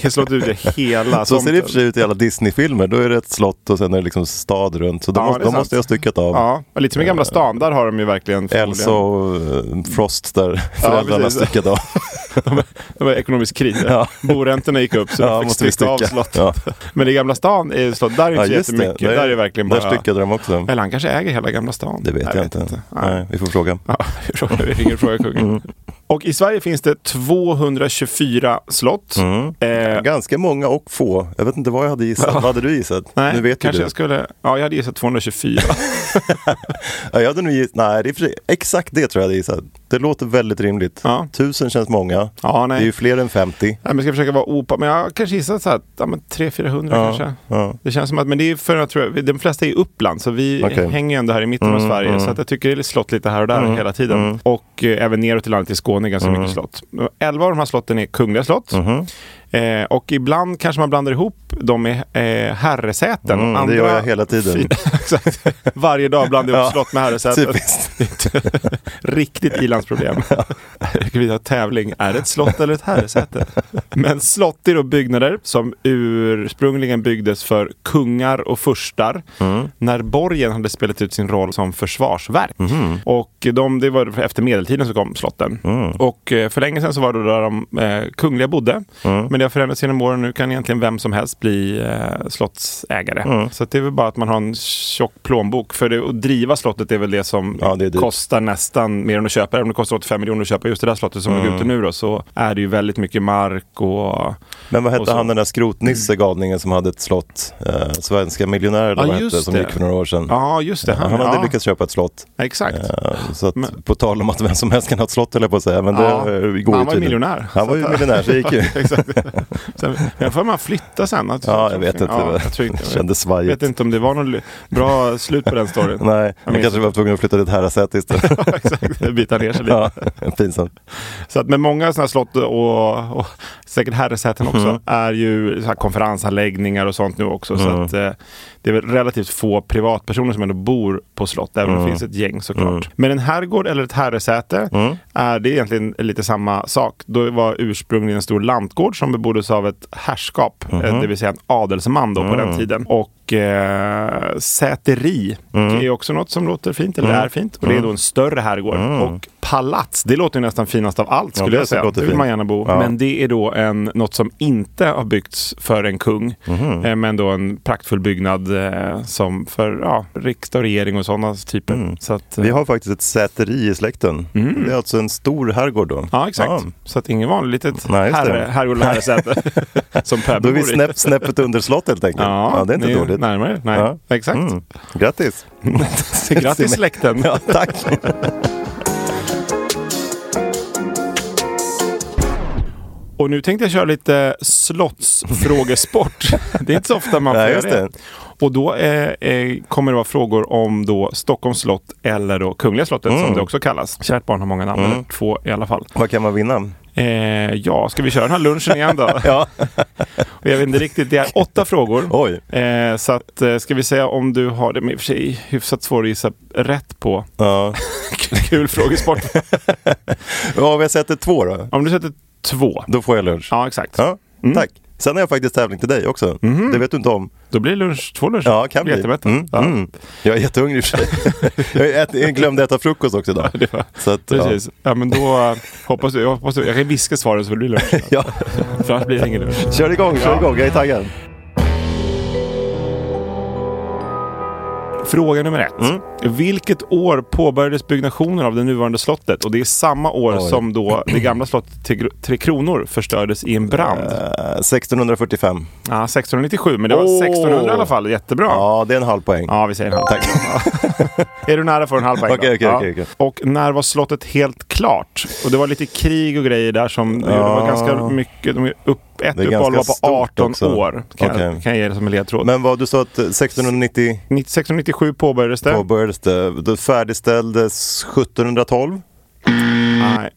Jag slått ut det hela Så ser tomten. det i och för sig ut i alla Disney-filmer. Då är det ett slott och sen är det liksom stad runt. Så de, Ja, måste, det är de måste sant. jag ha styckat av. Ja, och lite som i Gamla stan, där har de ju verkligen Eh, Elsa och eh, Frost där föräldrarna precis. styckat av. Det var ekonomisk kris. Ja. Boräntorna gick upp så Ja, de fick måste vi stycka typ av stycka. slottet. Ja. Men i Gamla stan, är slott, där är inte Ja, så just det. jättemycket. Där, är det verkligen bara... Där styckade de också. Eller han kanske äger hela Gamla stan. Det vet Nej, jag, inte. Nej. Nej, vi får fråga. Ja, vi frågar- vi ringer och frågar kungen. Och i Sverige finns det 224 slott. Mm. Eh, Ganska många och få. Jag vet inte vad jag hade gissat. Vad hade du gissat? nej, nu vet ju kanske du. jag skulle... Ja, jag hade gissat 224. Ja, jag hade nog gissat. Nej, det är för sig, exakt det tror jag jag hade gissat. Det låter väldigt rimligt. Ja. Tusen känns många. Ja, det nej. är ju fler än 50. Nej, men jag ska försöka vara opa, men jag kanske gissar så här, ja, men 300-400 Ja, kanske. ja. Det känns som att, men det är för att jag tror jag, de flesta är i Uppland, så vi Okej. Mm, hänger ju ändå här i mitten av Sverige. Så att jag tycker det är slott lite här och där hela tiden. Och eh, även neråt i landet i Skåne är ganska Mm. mycket slott. Och Elva av de här slotten är kungliga slott. Eh, och ibland kanske man blandar ihop dem med eh, herresäten. Mm, det gör jag hela tiden. Fina- Exakt. Varje dag blandar jag ihop slott med herresäten. Typiskt. Riktigt ilandsproblem. Vi har tävling. Är det ett slott eller ett herresäte? Men slott är då byggnader som ursprungligen byggdes för kungar och furstar Mm. när borgen hade spelat ut sin roll som försvarsverk. Mm-hmm. Och de, det var efter medeltiden så kom slotten. Mm. Och eh, för länge sedan så var det där de eh, kungliga bodde. Mm. Men det har förändrats genom åren. Nu kan egentligen vem som helst bli eh, slottsägare. Mm. Så att det är väl bara att man har en tjock plånbok. För det, att driva slottet är väl det som Ja, det är dyrt. kostar nästan mer än att köpa. Även om det kostar 85 miljoner att köpa just det där slottet som Mm. ligger ute nu då, så är det ju väldigt mycket mark och... Men vad Och hette så- han den där skrotnisse galningen som hade ett slott? Eh, svenska miljonärer eller Ja, vad hette, just som det. gick för några år sedan. Ja, just det. Han hade ja, lyckats köpa ett slott. Exakt. Eh, Så att, Men- på tal om att vem som helst kan ha ett slott höll jag på att säga. Men det Ja. eh, går ju Han var ju tydligen. miljonär. Han var ju miljonär så det gick ju. Exakt. Sen, jag får man flytta sen. Att- Ja, jag vet inte. Ja, jag tror det inte- kändes Jag vet svajigt. inte om det var någon li- bra slut på den storyn. Nej, Jag han minns kanske var tvungen att flytta till ett herrasäte istället. Ja, Exakt, bita ner sig lite. ja, pinsamt. Så att, men många sådana slott och, och säkert herresäten också är ju så här konferensanläggningar och sånt nu också. Så att, eh, det är väl relativt få privatpersoner som ändå bor på slott, även om det finns ett gäng såklart. Men en herrgård eller ett herresäte är det är egentligen lite samma sak. Då var ursprungligen en stor lantgård som beboddes av ett herrskap, eh, det vill säga en adelsman då på den tiden. Och eh, säteri är också något som låter fint, eller är fint. Och det är då en större herrgård. Och palats, det låter ju nästan finast av allt skulle Ah. det jag säga. låter Det vill man fint. gärna bo. Men det är då en, något som inte har byggts för en kung. Mhm. Eh, men då en praktfull byggnad eh, som för ja, restaurering och sådana typer. Så att, eh, Mm. Vi har faktiskt ett säteri i släkten. Det är alltså en stor herrgård då. Mm. eh, Ja, exakt. Ja. Så att ingen vanlig litet Nej, just det. herre, herre och lärosäte som Per Då är vi bor i. snäpp, snäppet under slott helt enkelt. Ja, det är inte ni dåligt. Närmare. Nej, Ja. exakt. Mm. Grattis! Grattis släkten. Ja, tack! Och nu tänkte jag köra lite slottsfrågesport. det är inte så ofta man får Nej, göra just det. det. Och då eh, eh, kommer det vara frågor om då Stockholms slott eller då Kungliga slottet Mm. som det också kallas. Kärt barn har många namn, eller två i alla fall. Vad kan man vinna? Eh, ja, ska vi köra den här lunchen igen då? Ja. Och Jag vet inte riktigt, det är åtta frågor. Oj! Eh, så att, eh, ska vi säga om du har det, men i och för sig hyfsat svår att gissa rätt på. Ja. Kul frågesport. ja, vi har sett det två då. om du sätter två. Då får jag lunch. Ja, Mm. Mhm. exakt. Ja, Tack! Sen har jag faktiskt tävling till dig också. Det vet du inte om. Då blir det lunch, två luncher. Ja, kan bli. Jättemätt. Mm, Ja. mm. Jag är jättehungrig i och för sig. jag, ät, jag glömde äta frukost också idag. Det var- Så att, ja. Precis. Ja, men då eh, hoppas jag, hoppas jag, jag kan viska svaren så det blir lunch. Ja. För annars blir det ingen lunch. Kör igång, kör igång, jag är taggad. Fråga nummer ett. Mm. Vilket år påbörjades byggnationen av det nuvarande slottet? Och det är samma år Oj. som då det gamla slottet Tre- Tre Kronor förstördes i en brand. Eh, 1645. Ja, 1697, men det var Åh. 1600 i alla fall. Jättebra. Ja, Ja, det är en halv poäng. vi säger en halv. Tack. Är du nära får du en halv poäng. Okej, då. okej, Ja. okej, okej. Och när var slottet helt klart? Och det var lite krig och grejer där som det var ganska mycket. De är upp, ett Det är uppehåll var ganska på stort 18 också. år. Kan, jag, Okej. kan jag ge det som en ledtråd. Men vad du sa att eh, 1690 Nitt- 1697 påbörjades det. påbörjades det. Det färdigställdes 1712. Nej.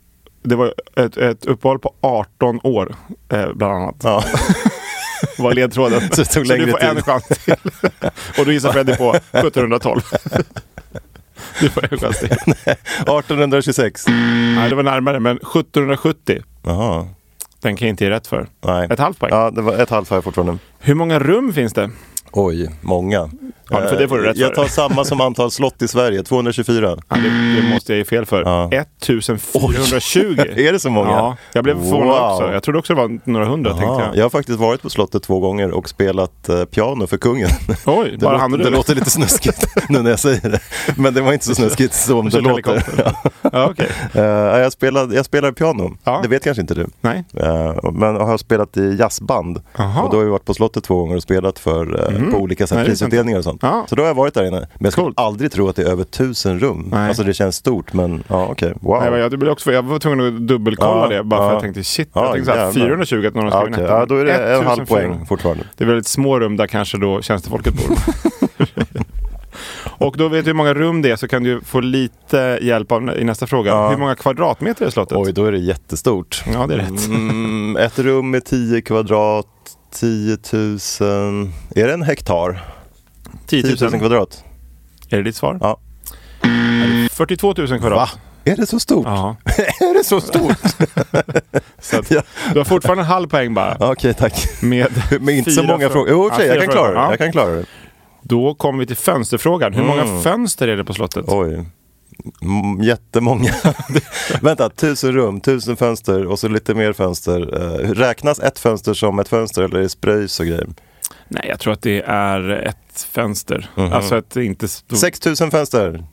Det var ett, ett uppehåll på 18 år, eh, bland annat. Ja. var ledtråden. Så det tog längre du får en tid. chans till. och då gissar Freddy på 1712. du får en chans till. 1826. Nej, det var närmare, men 1770. Jaha. Den kan jag inte ge rätt för. Nej. Ett halvt poäng. Ja, det var ett halvt har jag fortfarande. Hur många rum finns det? Oj, många. Ja, för det får du Eh, rätt jag för. tar samma som antal slott i Sverige, 224. Ja, det, det måste jag ge fel för. Ja. 1420. Är det så många? Ja, jag blev förvånad Wow. också. Jag trodde också det var några hundra, tänkte Ja, jag. jag har faktiskt varit på slottet två gånger och spelat eh, piano för kungen. Oj, Det, bara han och låter, du. det låter lite snuskigt nu när jag säger det. Men det var inte så snuskigt som det Kör låter. helikopter. ja, okej. Eh, jag, spelade, jag spelar piano, Ja. det vet kanske inte du. Nej. Eh, men jag har spelat i jazzband. Aha. Mm. Och då har jag varit på slottet två gånger och spelat för, eh, på olika så här, Nej, det är sant. prisutdelningar och sånt. Ja. Så då har jag varit där inne. Men jag skulle Coolt. aldrig tro att det är över tusen rum. Nej. Alltså det känns stort men ja okej, wow. Nej, men jag, det blev också, jag var tvungen att dubbelkolla Ja, det bara för ja. jag tänkte shit, jag Ja, tänkte såhär, jävlar. 420 att någon har Ja, skrivit okej. netto. ja, då är det en halv 1400. poäng fortfarande. Det är väldigt små rum där kanske då tjänstefolket bor. Och då vet du hur många rum det är så kan du få lite hjälp av, i nästa fråga. Ja. Hur många kvadratmeter är slottet? Oj, då är det jättestort. Ja, det är rätt. Mm, ett rum med 10 kvadrat, 10 000. Är det en hektar? 10 000. 10 000 kvadrat. Är det ditt svar? Ja. Är det 42 000 kvadrat. Va? Är det så stort? Ja. Är det så stort? Så att, Ja. du har fortfarande en halv poäng bara. Okej, tack. Med Men inte så fyra många frågor. Jo, i och för sig, Ja, jag fyra kan klara det. frågor. Ja. Jag kan klara det. Då kommer vi till fönsterfrågan. Hur Mm. många fönster är det på slottet? Oj. Mm, Jättemånga. Vänta, tusen rum, tusen fönster och så lite mer fönster. Eh, räknas ett fönster som ett fönster eller är det spröjs och grejer? Nej, jag tror att det är ett fönster. Mhm. Alltså ett inte... stort- 6000 fönster!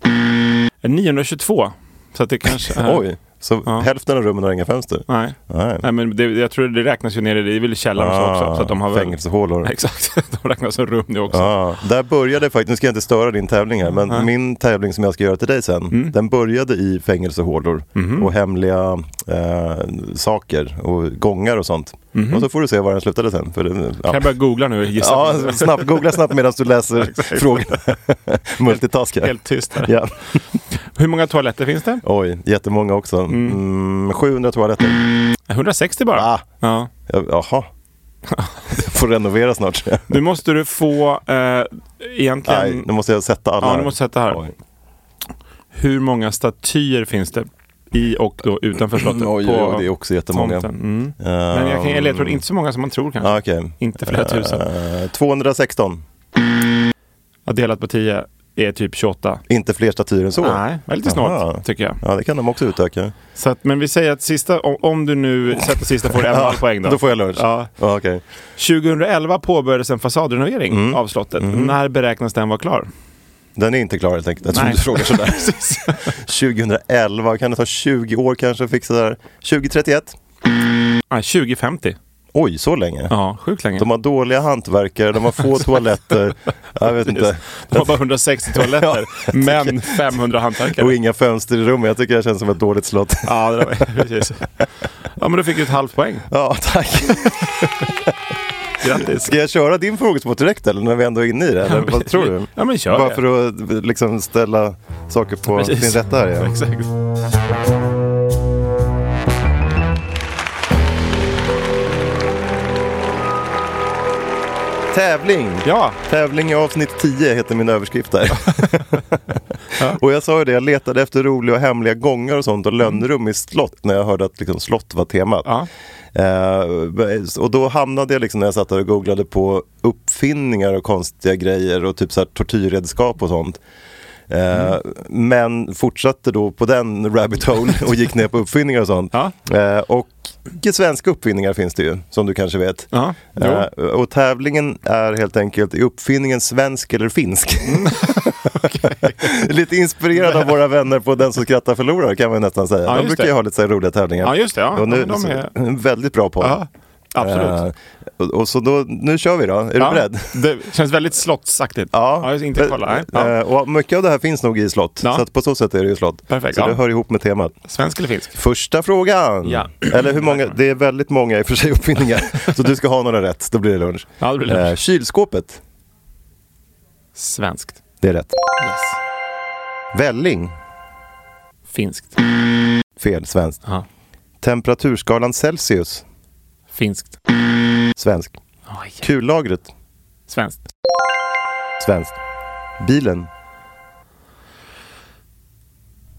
922. Så att det kanske är... Oj, så Ja. hälften av rummen har inga fönster? Nej. Nej. Nej, men det, jag tror det räknas ju nere i det är väl i källaren och så Äh, också. Så att de har väl... Ah, Fängelsehålor. Exakt, de räknas som rum nu också. Ja, där började faktiskt, nu ska jag inte störa din tävling här, men min tävling som jag ska göra till dig sen, Mm. den började i fängelsehålor Mhm. och hemliga eh, saker och gångar och sånt. Och så får du se var den slutade sen. För det, Mhm. Kan ja. jag börja googla nu och gissa? Ja, snabbt, googla snabbt medan du läser frågorna. Multitaska. Helt tyst här. Ja. Hur många toaletter finns det? Oj, jättemånga också. Mm, 700 toaletter. 160 bara. Ah, Ja. ja, jaha. Får renovera snart. Nu måste du få eh, Nej, egentligen... nu måste jag sätta alla ja, här. du måste sätta här. Oj. Hur många statyer finns det i och då utanför slottet? Mm, Oj, på oj, det är också jättemånga. tomten? Mm. Ehm, Men jag kan ge ledtråd, inte så många som man tror kanske. Ja, okej. Inte flera tusen. Eh, 216. Att delat på 10 är typ 28. Inte fler statyer än så. Nej, det är lite snålt Aha. tycker jag. Ja, det kan de också utöka. Så att, men vi säger att sista, om, om du nu sätter sista får du en halv poäng då. Då får jag lunch. Ja. Ja, okej. 2011 påbörjades en fasadrenovering Mm. av slottet. När beräknas den vara klar? Den är inte klar helt enkelt. Jag tror Nej. du frågar sådär. 2011, kan det ta 20 år kanske att fixa det här? 2031? Ah, 2050. Oj, så länge? Ja, sjukt länge. De har dåliga hantverkare, de har få toaletter. Jag vet inte. De har bara 160 toaletter, Ja. men 500 hantverkare. Och inga fönster i rummet. Jag tycker det känns som ett dåligt slott. Ja, det där var, precis. Ja, men då fick du ett halvt poäng. Ja, tack. Grattis. Ska jag köra din frågesport direkt eller när vi ändå är inne i det? Eller, vad tror du? Ja, men kör Bara det. för att liksom ställa saker på Precis. sin rätta här igen. Exakt. Tävling! Ja, Tävling i avsnitt 10 heter min överskrift där. och jag sa ju det, jag letade efter roliga och hemliga gångar och sånt och lönnrum i slott när jag hörde att liksom, slott var temat. Ja. Eh, och då hamnade jag liksom när jag satt där och googlade på uppfinningar och konstiga grejer och typ så här tortyrredskap och sånt. Eh, Mm. Men fortsatte då på den rabbit hole och gick ner på uppfinningar och sånt. Ja. Eh, Och svenska uppfinningar finns det ju, som du kanske vet. Ja, jo. Eh, Och tävlingen är helt enkelt, är uppfinningen svensk eller finsk? Mm. lite inspirerad av våra vänner på Den som skrattar förlorar kan man nästan säga. Ja, de just brukar det. ju ha lite så här roliga tävlingar. Ja, just det, ja. Och nu, Ja, men de är- en väldigt bra podd. Ja, absolut. Eh, och, och så då, nu kör vi då. Är Ja, du beredd? Det känns väldigt slottsaktigt. ja jag ska inte kolla. Nej. Ja. Eh, Och mycket av det här finns nog i slott, Ja. så att på så sätt är det ju slott. Perfekt, så ja. det hör ihop med temat. Svensk eller finsk? Första frågan! Ja. Eller hur många, det är väldigt många i och för sig uppfinningar, så du ska ha några rätt, då blir det lunch. Ja, det blir lunch. Eh, kylskåpet, Svenskt. det är rätt. Yes. Välling, Finskt. fel, svenskt. Ja. Temperaturskalan Celsius, Finskt. svensk. Oj. Kullagret, Svenskt. svenskt. Bilen,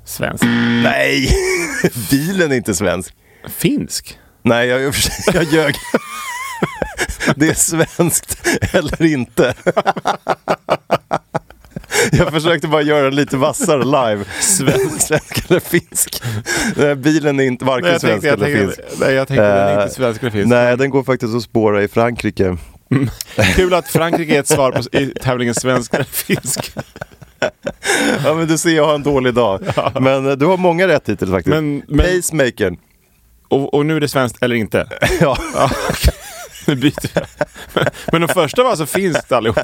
Svenskt. nej! Bilen är inte svensk. Finsk? Nej, jag, jag, jag ljög. Det är svenskt eller inte. Jag försökte bara göra den lite vassare live. Svensk, svensk eller finsk. Den här bilen är inte varken jag svensk tänkte, jag eller finsk. tänkte, nej, jag tänkte den är Eh, inte svensk eller finsk. Nej, den går faktiskt att spåra i Frankrike. Kul att Frankrike är ett svar på i tävlingen svensk eller finsk. Ja, men du ser, jag har en dålig dag. Men eh, du har många rätt hittills faktiskt. Men- men- Pacemakern. Och, och nu är det svenskt eller inte. Ja. Ja, okej. Nu byter jag. Men, men de första var alltså finskt allihop.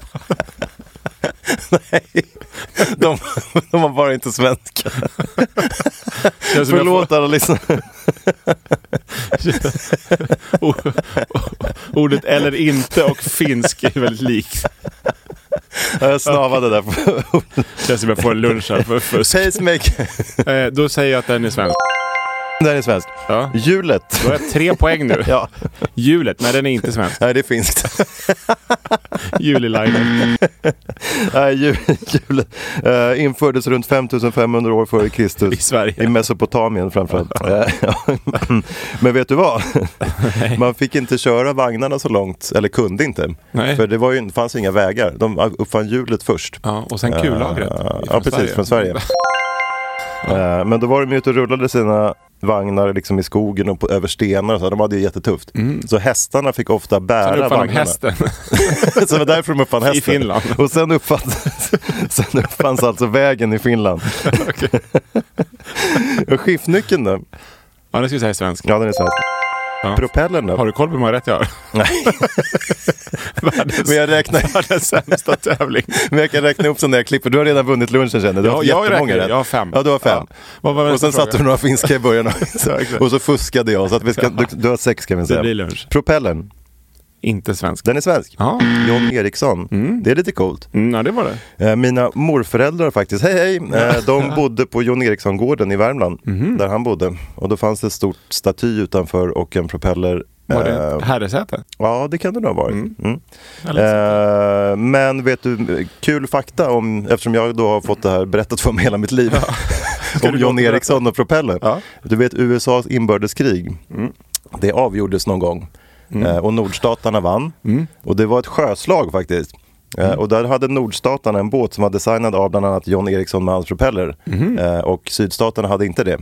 De, de var bara inte svenska. Känns som Alltså, jag Förlåt alla lyssnare. får- o- o- Ordet eller inte och finsk är väldigt likt. Jag snavade där. Känns som jag får en lunch här för fusk. Pacemaker. Eh, då säger jag att den är svensk. Den är svensk. Ja. Hjulet. Då har jag tre poäng nu. Ja. Hjulet, nej den är inte svensk. Nej, det är finskt. Juliliner. Nej, ju- Hjulet eh, infördes runt 5500 år före Kristus. I Sverige. I Mesopotamien framförallt. Eh, ja. Men vet du vad? Man fick inte köra vagnarna så långt, eller kunde inte. Nej. För det var ju, det fanns inga vägar. De uppfann hjulet först. Ja, och sen kullagret. Eh, ifrån Ja, precis. Från Sverige. Eh, Men då var de ju ute och rullade sina vagnar liksom i skogen och på, över stenar. Så de hade ju jättetufft. Så hästarna fick ofta bära Sen Mm. uppfann de vagnarna. hästen. Så det var därför de uppfann hästen. I Finland. Och sen uppfanns, sen uppfanns alltså vägen i Finland. Och skiftnyckeln då? Ja, det ska vi säga svensk. Ja, den är svensk. Ja. Propellern då? Har du koll på hur många rätt jag har? Världens, Men jag, räknar, världens sämsta tävling. men jag kan räkna upp sen när jag klipper. Du har redan vunnit lunchen känner du. Du har haft jag har jättemånga räknat, rätt. jag har fem. Ja, du har fem. Ja. Vad var Och nästa sen satte fråga? du några finska i början. Ja, exakt. och så fuskade jag. Så att vi ska, du, du har sex kan vi säga. blir lunch. Propellern, Inte svensk. den är svensk. Ja. John Eriksson, det är lite coolt. Mm, ja, det var det. Eh, Mina morföräldrar faktiskt, hej hej, eh, de bodde på John Eriksson-gården i Värmland, Mhm. där han bodde. Och då fanns det ett stort staty utanför och en propeller. Var det Eh, ett herresäte? Ja, det kan det nog ha varit. Mm. Väldigt Eh, men vet du, kul fakta om, eftersom jag då har fått det här berättat för mig hela mitt liv. om du John berätta? Eriksson och propeller. Ja. Mm. Du vet USAs inbördeskrig, det avgjordes någon gång. Eh, och nordstaterna vann. Mm. Och det var ett sjöslag faktiskt. Eh, Och där hade nordstaterna en båt som var designad av bland annat John Eriksson med hans propeller. Mhm. Eh, Och sydstaterna hade inte det.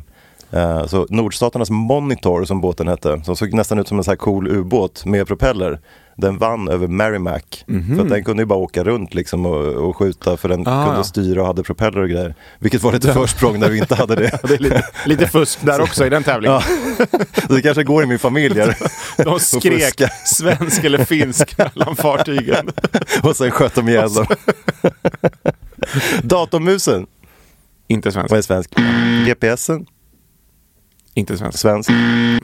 Eh, Så nordstaternas Monitor, som båten hette, som såg nästan ut som en så här cool ubåt med propeller, den vann över Merrimack. För att den kunde ju bara åka runt liksom och, och skjuta, för den Mhm. Ah, kunde ja. styra och hade propeller och grejer. Vilket var lite försprång när vi inte hade det. Det är lite, lite fusk där också i den tävlingen. Ja. Det kanske går i min familj. här. De skrek fuska. svensk eller finsk mellan fartygen. Och sen sköt de ihjäl dem. Datormusen Inte svensk. var svensk. GPSen, Inte svensk. svensk.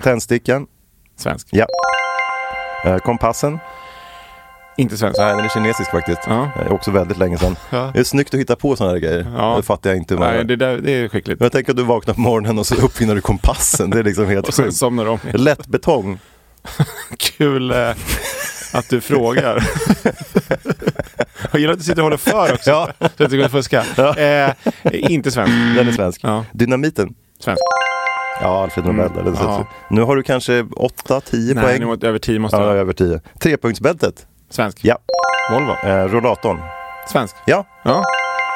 Tändstickan, Svensk. ja. Eh, Kompassen, Inte svensk. nej den är kinesisk faktiskt. Ja. Eh, Också väldigt länge sedan. Ja. Det är snyggt att hitta på sådana här grejer. Ja. Det fattar jag inte. hur man Nej, gör. det, där, det är skickligt. Men jag tänker att du vaknar på morgonen och så uppfinner du kompassen. Det är liksom helt Och sen sjukt. somnar de. Lättbetong, Kul eh, att du frågar. Jag gillar att du sitter och håller för också. Ja. Så att du kan fuska. Eh, inte svensk. den är svensk. Ja. Dynamiten. Svensk. Mm. Ja, Alfred Nobel. där, den ja. sätts ju. Nu har du kanske 8-10 Nej, poäng. nu åt- över tio måste Ja, jag. över 10. Trepunktsbältet. Svensk. Ja. Volvo. Eh, rollatorn. Svensk. Ja. Ja.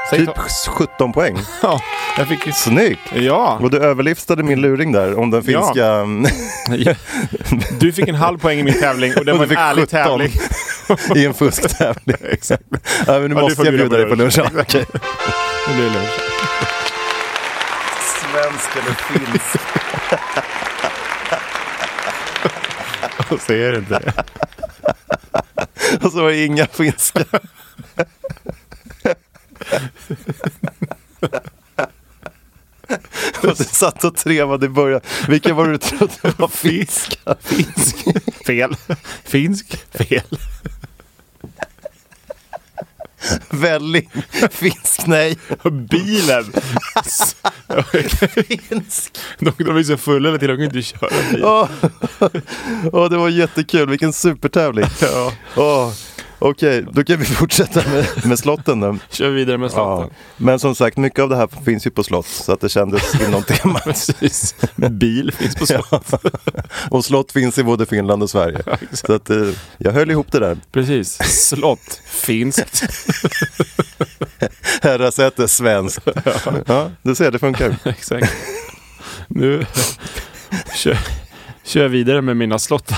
Säg Typ ta- 17 poäng. Ja, jag fick ju... Snyggt! Ja, Och du överlistade min luring där om den Ja. finska... mm, du fick en halv poäng i min tävling och det Och var du en fick ärlig 17. tävling. I en fusktävling. Exakt. Ja, men nu Ja, du får måste jag bjuda bjuda dig på på lunch. Okej. Nu blir det lunch. Svensk eller finsk? Och så är det inte det. Och så var det inga finska. Och du satt och trevade i början. Vilka var det du trodde var finska? Finsk. Fel. Finsk. Fel. Välling? Finsk? Nej. Bilen. Finsk? De, de är så fulla hela tiden, de kan inte köra bil. Åh, Åh, det var jättekul. Vilken supertävling. Ja. Åh, Okej, då kan vi fortsätta med, med slotten då. Kör vidare med Ja. slotten. Men som sagt, mycket av det här finns ju på slott, så att det kändes inom temat. Precis. Bil finns på slott. Och slott finns i både Finland och Sverige. Så att, eh, jag höll ihop det där. Precis. Slott. Finskt. Herrasäte, svenskt. Ja, du ser, det funkar. Exakt. Nu kör, kör jag vidare med mina slottar.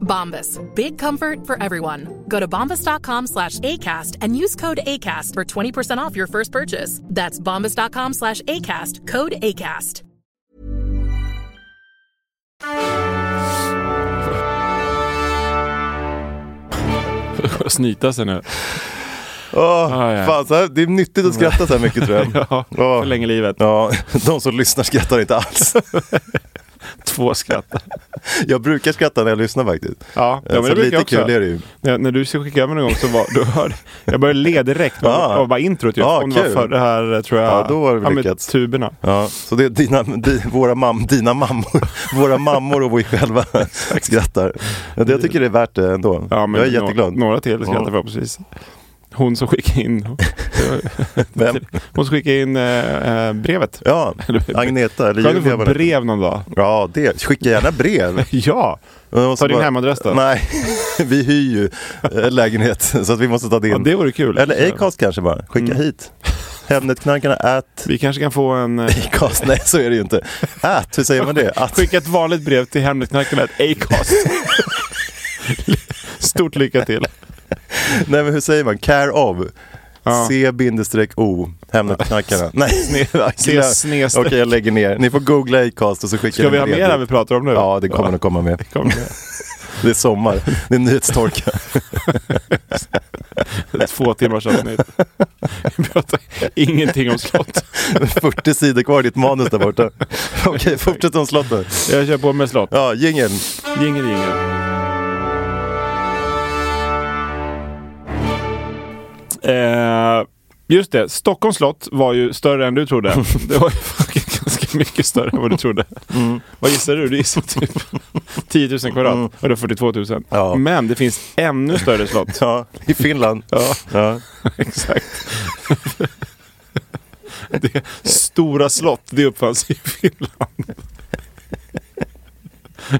Bombas. Big comfort for everyone. Go to bombas.com slash ACAST and use code ACAST for 20% off your first purchase. That's bombas.com slash ACAST. Code ACAST. och snyta sig nu. Åh, Ah, ja. fan, så här, det är nyttigt att skratta så här mycket tror jag. Ja, Åh. förlänger livet. Ja, de som lyssnar skrattar inte alls. Två skratt. Jag brukar skratta när jag lyssnar faktiskt. Ja, ja, men så det brukar lite jag också. kul är det ju. När, när du ska skicka över någon gång så var då hörde, jag började le direkt av Ja. av bara introt ju. Ja, Om det var kul. för det här eh, tror jag. Ja, då var det ja, med lyckats. tuberna. Ja, så det är dina, di, våra, mam, dina mammor, våra mammor och vi själva skrattar. Ja, det, jag tycker det är värt det ändå. Ja, men jag är nå- jätteglad. Några till skrattar Ja. förhoppningsvis. Hon som skickade in, Vem? hon som skickade in eh, eh, brevet. Ja, Agneta eller Kan du Julia. få var det. brev någon dag? Ja, det. Skicka gärna brev. Ja, Jag måste Ta din bara- hemadress då. Nej, vi hyr ju eh, lägenhet så att vi måste ta det in. ja det Mm. vore kul. Eller Acast kanske bara. Skicka hit. Hemnetknarkarna at Vi kanske kan få en... eh, Acast. Nej, så är det ju inte. At, hur säger man det? Att. Skicka ett vanligt brev till Hemnetknarkarna, ett Acast. Stort lycka till. Nej, men hur säger man? Care of. Ja. C-O, Hemnetknarkarna. Nej, Se glöm- snedstreck. Okej, jag lägger ner. Ni får googla Acast och så skickar Ska ni vi ha brev med det här dit. vi pratar om nu? Ja, det kommer nog komma med. Kom med. Det är sommar, det är nyhetstorka. Ett två timmars avsnitt. Vi pratar ingenting om slott. 40 sidor kvar i ditt manus där borta. Okej, fortsätt om slottet. Jag kör på med slott. Ja, jingeln. Jingel, jingel. Eh, just det, Stockholms slott var ju större än du trodde. Det var ju fucking ganska mycket större än vad du trodde. Vad gissar du? Du gissar typ Mm. 10 000 Mm. kvadrat och det är 42 000. Ja. Men det finns ännu större slott. Ja, i Finland. Ja, Ja. exakt. Det stora slott, det uppfanns i Finland.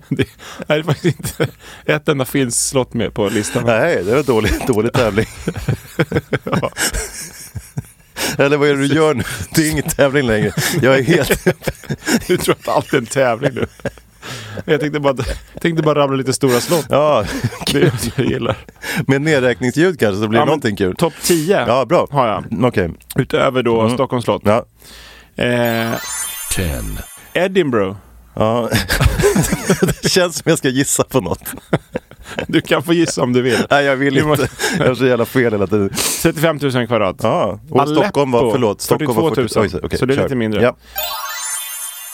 Det det är faktiskt inte ett enda finskt slott med på listan. Nej, det var en dålig, dålig tävling. Eller vad är det du gör nu? Det är ingen tävling längre. Jag är helt... Du tror att allt är en tävling nu. Jag tänkte bara, tänkte bara rabbla lite stora slott. Ja, Det är det jag gillar. med nedräkningsljud kanske så blir det Ja, men någonting kul. Topp 10 Ja, bra. har jag. Okej. Utöver då Stockholms slott. Ja. Eh, Edinburgh. ja. det känns som jag ska gissa på något. Du kan få gissa om du vill. Nej, jag vill Vi måste- inte. Jag har så jävla fel hela tiden. 35 000 kvadrat. Ja, och Stockholm var, Aleppo, förlåt, Stockholm 42 000. var 40 oj, okej, så det är kör. lite mindre. Ja.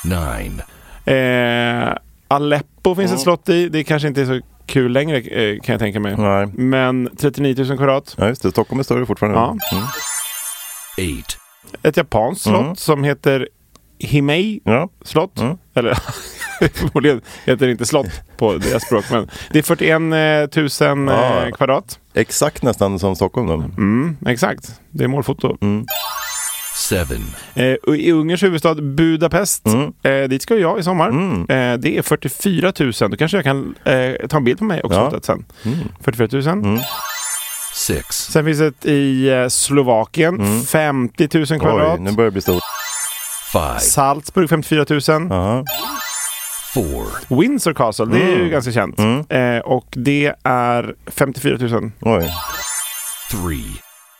Nine. Eh, Aleppo finns ett slott i. Det kanske inte är så kul längre eh, kan jag tänka mig. Nej. Men 39 000 kvadrat. ja, just det. Stockholm är större fortfarande. Ja. Mm. Eight. Ett japanskt slott som heter Himei Ja. slott. Mm. Eller förmodligen heter det inte slott på deras språk. Men det är 41 000 eh, Ah, Ja. kvadrat. Exakt nästan som Stockholm då. Mm, exakt, det är målfoto. Mm. Seven. Eh, och I Ungerns huvudstad Budapest, Mm. eh, dit ska jag i sommar. Eh, det är 44 000. Då kanske jag kan eh, ta en bild på mig också Ja. Mm. ja. sen. 44 000. Six. Sen finns ett i eh, Slovakien, 50 000 kvadrat. Mm. Oj, nu börjar det bli stort. Five. Salzburg 54 000. Jaha. Four. Windsor Castle, det Mm. är ju ganska känt. Eh, och det är 54 000. Oj. Three.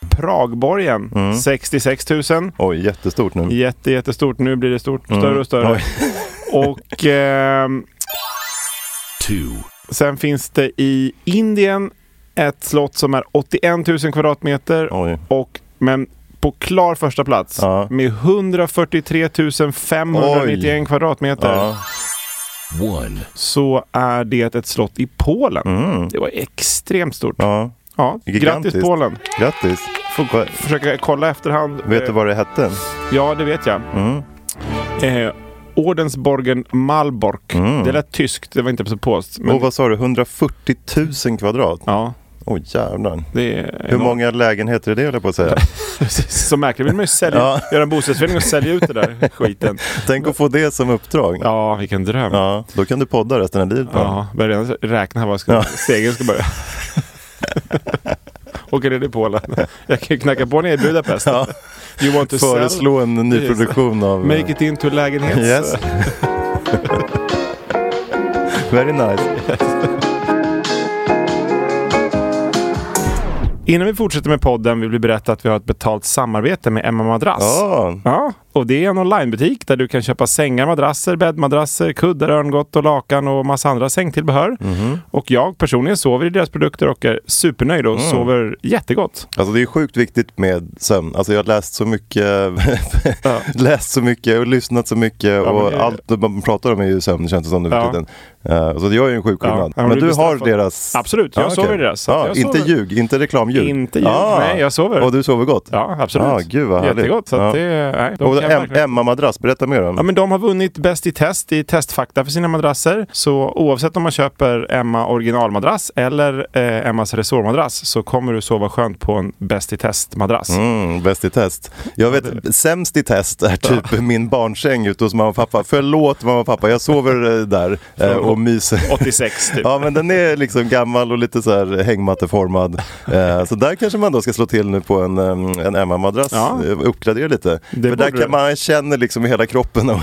Pragborgen, Mm. 66 000. Oj, jättestort nu. Jätte, jättestort. Nu blir det stort, större och större. Mm. Oj. Och ehm, Two. sen finns det i Indien ett slott som är 81 000 kvadratmeter. Oj. Och, men på klar första plats Ja. med 143 591 kvadratmeter Ja. One. så är det ett slott i Polen. Det var extremt stort. Ja. Mm. ja, Grattis Gigantiskt. Polen! grattis. Va- Försöka kolla efterhand. Vet du vad det hette? Mm. Ja, det vet jag. Eh, Ordensborgen Malbork. Det lät tyskt, det var inte så påst. Men Mm. Och vad sa du, 140 000 kvadrat? ja, Oj jävlar. det är Hur många lägenheter är det, höll jag på att säga. Så märkligt vill man ju sälja, Ja. göra en bostadsförening och sälja ut det där skiten. Tänk att få det som uppdrag. Ja. Ja, vilken dröm. Ja. då kan du podda resten av livet. Ja. Ja, börjar redan räkna här vad jag ska, Ja. stegen ska börja. Åker ner till Polen. Jag kan ju knacka på ner i Budapest. Ja. You want to sell? Föreslå en ny produktion av... Make it into lägenhet. Yes. Very nice. Innan vi fortsätter med podden vill vi berätta att vi har ett betalt samarbete med Emma Madrass. Ja, Ja, och det är en onlinebutik där du kan köpa sängar, madrasser, bäddmadrasser, kuddar, örngott och lakan och massa andra sängtillbehör. Mhm. Och jag personligen sover i deras produkter och är supernöjd Mm. och sover jättegott. alltså det är sjukt viktigt med sömn. Alltså jag har läst så mycket, Ja. läst så mycket och lyssnat så mycket men och det- allt man pratar om är ju sömn känns det som nu för Ja. tiden. Eh, så det gör ju en sjuk Ja. skillnad. Ja, men Men du du har bestraffar- deras... Absolut, jag Ja, sover i okej. deras. Ja, Jag inte sover- ljug, inte reklamljud. Ah. Inte ljug, nej, jag sover. Och du sover gott? Ja, absolut. Ah, gud vad härligt. Jättegott. Så att Ja. det, nej, de Och kan em, verkligen- Emma Madrass, berätta mer om. Ja, men de har vunnit Bäst i test i testfakta för sina madrasser. Så oavsett om man köper Emma originalmadrass eller eh, Emmas resårmadrass så kommer du sova skönt på en Bäst i test-madrass. Mm, bäst i test. Jag vet, sämst i test är typ min barnsäng ute hos mamma och pappa. Förlåt mamma och pappa, jag sover eh, där eh, och myser. 86 typ. Ja men den är liksom gammal och lite så här hängmatteformad. Eh, Så där kanske man då ska slå till nu på en, em, en Emma-madrass, Ja. eh, uppgradera lite. Det För där borde du. kan man känner liksom i hela kroppen och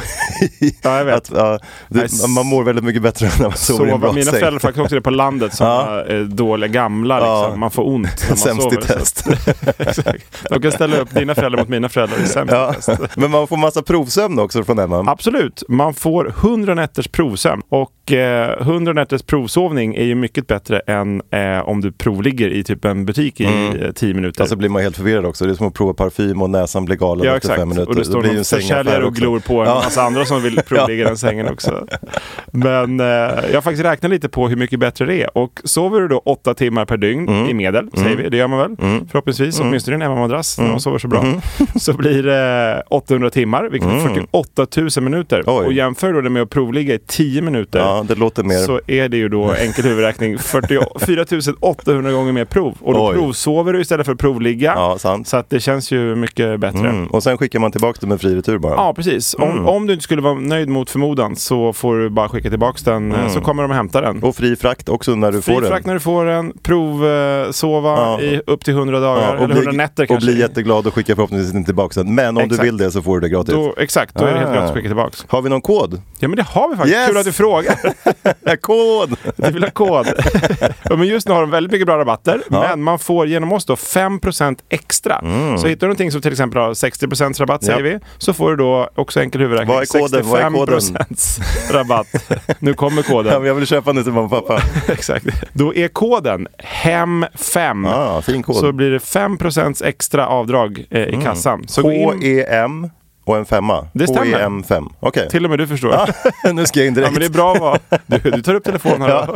Ja, jag vet. att ja, Nej, det, s- man mår väldigt mycket bättre när man sover i en Sova. bra Mina säng. föräldrar faktiskt också det på landet som Ja. var eh, dåliga gamla. Liksom. Ja. Man får ont när man Sämst i sover. så att- test. Exakt. De kan ställa upp dina föräldrar mot mina föräldrar i sämst Ja. i test. Men man får massa provsömn också från Emma. Absolut, man får 100 nätters provsömn och eh, 100 nätters provsovning är ju mycket bättre än eh, om du provligger i typ en butik i eh, 10 minuter. Alltså blir man helt förvirrad också. Det är som att prova parfym och näsan blir galen ja efter exakt, fem minuter. och det står blir ju någon en sängaffär försäljare och också. glor på en Ja. massa andra som vill provligga den sängen också. Men eh, jag har faktiskt räknat lite på hur mycket bättre det är och sover du då åtta timmar per dygn Mm. i medel, säger vi, det gör man väl förhoppningsvis, åtminstone i en Emma-madrass Mm. när man sover så bra, så blir det 800 timmar, vilket är 48 000 minuter. Mm. Oj. Och jämför då det med att provligga i 10 minuter Ja, det låter mer... så är det ju då enkel huvudräkning 44 800 gånger mer prov. Och då Oj. provsover du istället för att provligga. Ja, sant. Så att det känns ju mycket bättre. Mm. Och sen skickar man tillbaka det med fri retur bara. Ja, precis. Om, Mm. om du inte skulle vara nöjd mot förmodan så får du bara skicka tillbaka den eh, så kommer de och hämtar den. Och fri frakt också när Mm. Oh, du Fri får den. frakt när du får den, provsova Ja. i upp till 100 dagar, Ja, eller 100 nätter och kanske. bli jätteglad och skicka förhoppningsvis inte tillbaka den. Men om Exakt. du vill det så får du det gratis. då, exakt, då är det helt Ah. gratis att skicka tillbaka. Har vi någon kod? Ja men det har vi faktiskt, Yes! kul att du frågar. Kod! Vi vill ha kod. Ja, men just nu har de väldigt mycket bra rabatter, men man får genom oss då 5% extra. Mm. Så hittar du någonting som till exempel har 60% rabatt, säger Ja. vi, så får du då också enkel huvudräkning. Vad är koden? Vad är koden? 65% rabatt. Nu kommer koden. Ja, men jag vill köpa nu till mamma och pappa. Exakt. Då är koden HEM5. Ah, fin kod. Så blir det 5% extra avdrag eh, i kassan. Så gå in, H-E-M E och en femma. Det stämmer. H-E-M 5. Okej. till och med du förstår. Ah, nu ska jag in Ja, direkt. men det är bra att vara... Du, du tar upp telefonen här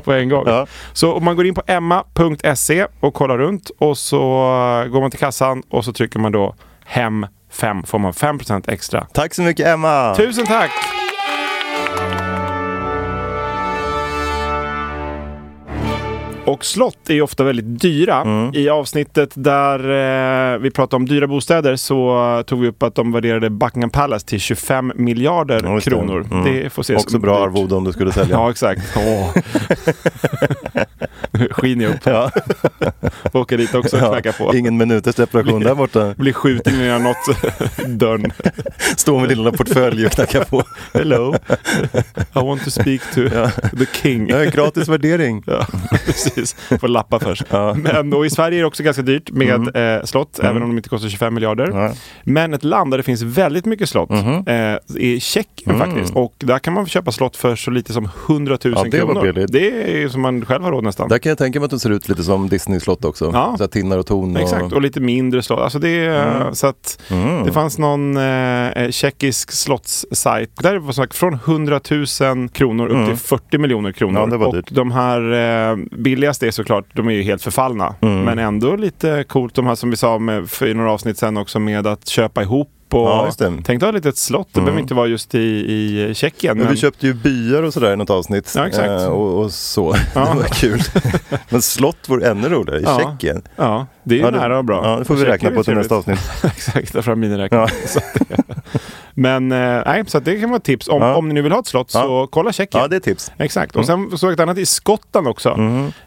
på en gång. Ja. Så om man går in på emma.se och kollar runt och så går man till kassan och så trycker man då hem 5 får man 5% extra. Tack så mycket Emma! Tusen tack! Och slott är ju ofta väldigt dyra. Mm. I avsnittet där eh, vi pratade om dyra bostäder så eh, tog vi upp att de värderade Buckingham Palace till 25 miljarder Ja, just det. kronor. Mm. Det får ses Också som bra dyrt. arvode om du skulle sälja. Ja, exakt. Nu skiner jag upp. Ja. Får åka dit också och knacka på. Ingen minuters reparation där borta. Blir skjuten innan jag har nått dörren. Står med din lilla portfölj och knackar på. Hello, I want to speak to the king. Jag har en gratis värdering. Ja, precis. Får lappa först. Ja. Mm. Men, och I Sverige är det också ganska dyrt med eh, slott, även om de inte kostar 25 miljarder. Ja. Mm-hmm. Men ett land där det finns väldigt mycket slott eh, är Tjeckien Mm. faktiskt. Och där kan man köpa slott för så lite som 100 000 Ja, det var kronor. billigt. Det är som man själv har råd nästan. Där kan jag tänka mig att de ser ut lite som Disney-slott också. Ja. Så här tinnar och torn. Och... Mm. Exakt, och lite mindre slott. Alltså det, är, så att det fanns någon eh, tjeckisk slottssajt. Där det var sagt från 100 000 kronor upp till 40 miljoner kronor. Mm. Ja, det var och dyrt. de här eh, billigaste är såklart, de är ju helt förfallna. Mm. Men ändå lite coolt, de här som vi sa med, för, i några avsnitt sen också med att köpa ihop. Och Ja, just det. Mm. Tänk dig ha ett litet slott, det behöver inte vara just i, i Tjeckien. Men vi köpte ju byar och sådär i något avsnitt. Ja, exakt. Eh, och, och så. Ja. Det var kul. Men slott vore ännu roligare i Ja. Tjeckien. Ja, det är ju Ja, det- nära och bra. ja, det får vi Tjeckien räkna är på till trevligt. nästa avsnitt. Exakt, ta fram miniräknaren. Ja. Så att det- Men eh, nej, så att det kan vara ett tips. Om, Ja. om ni nu vill ha ett slott så Ja. kolla Tjeckien. Ja, det Mm. är tips. Exakt. Och sen såg jag ett annat i Skottland också.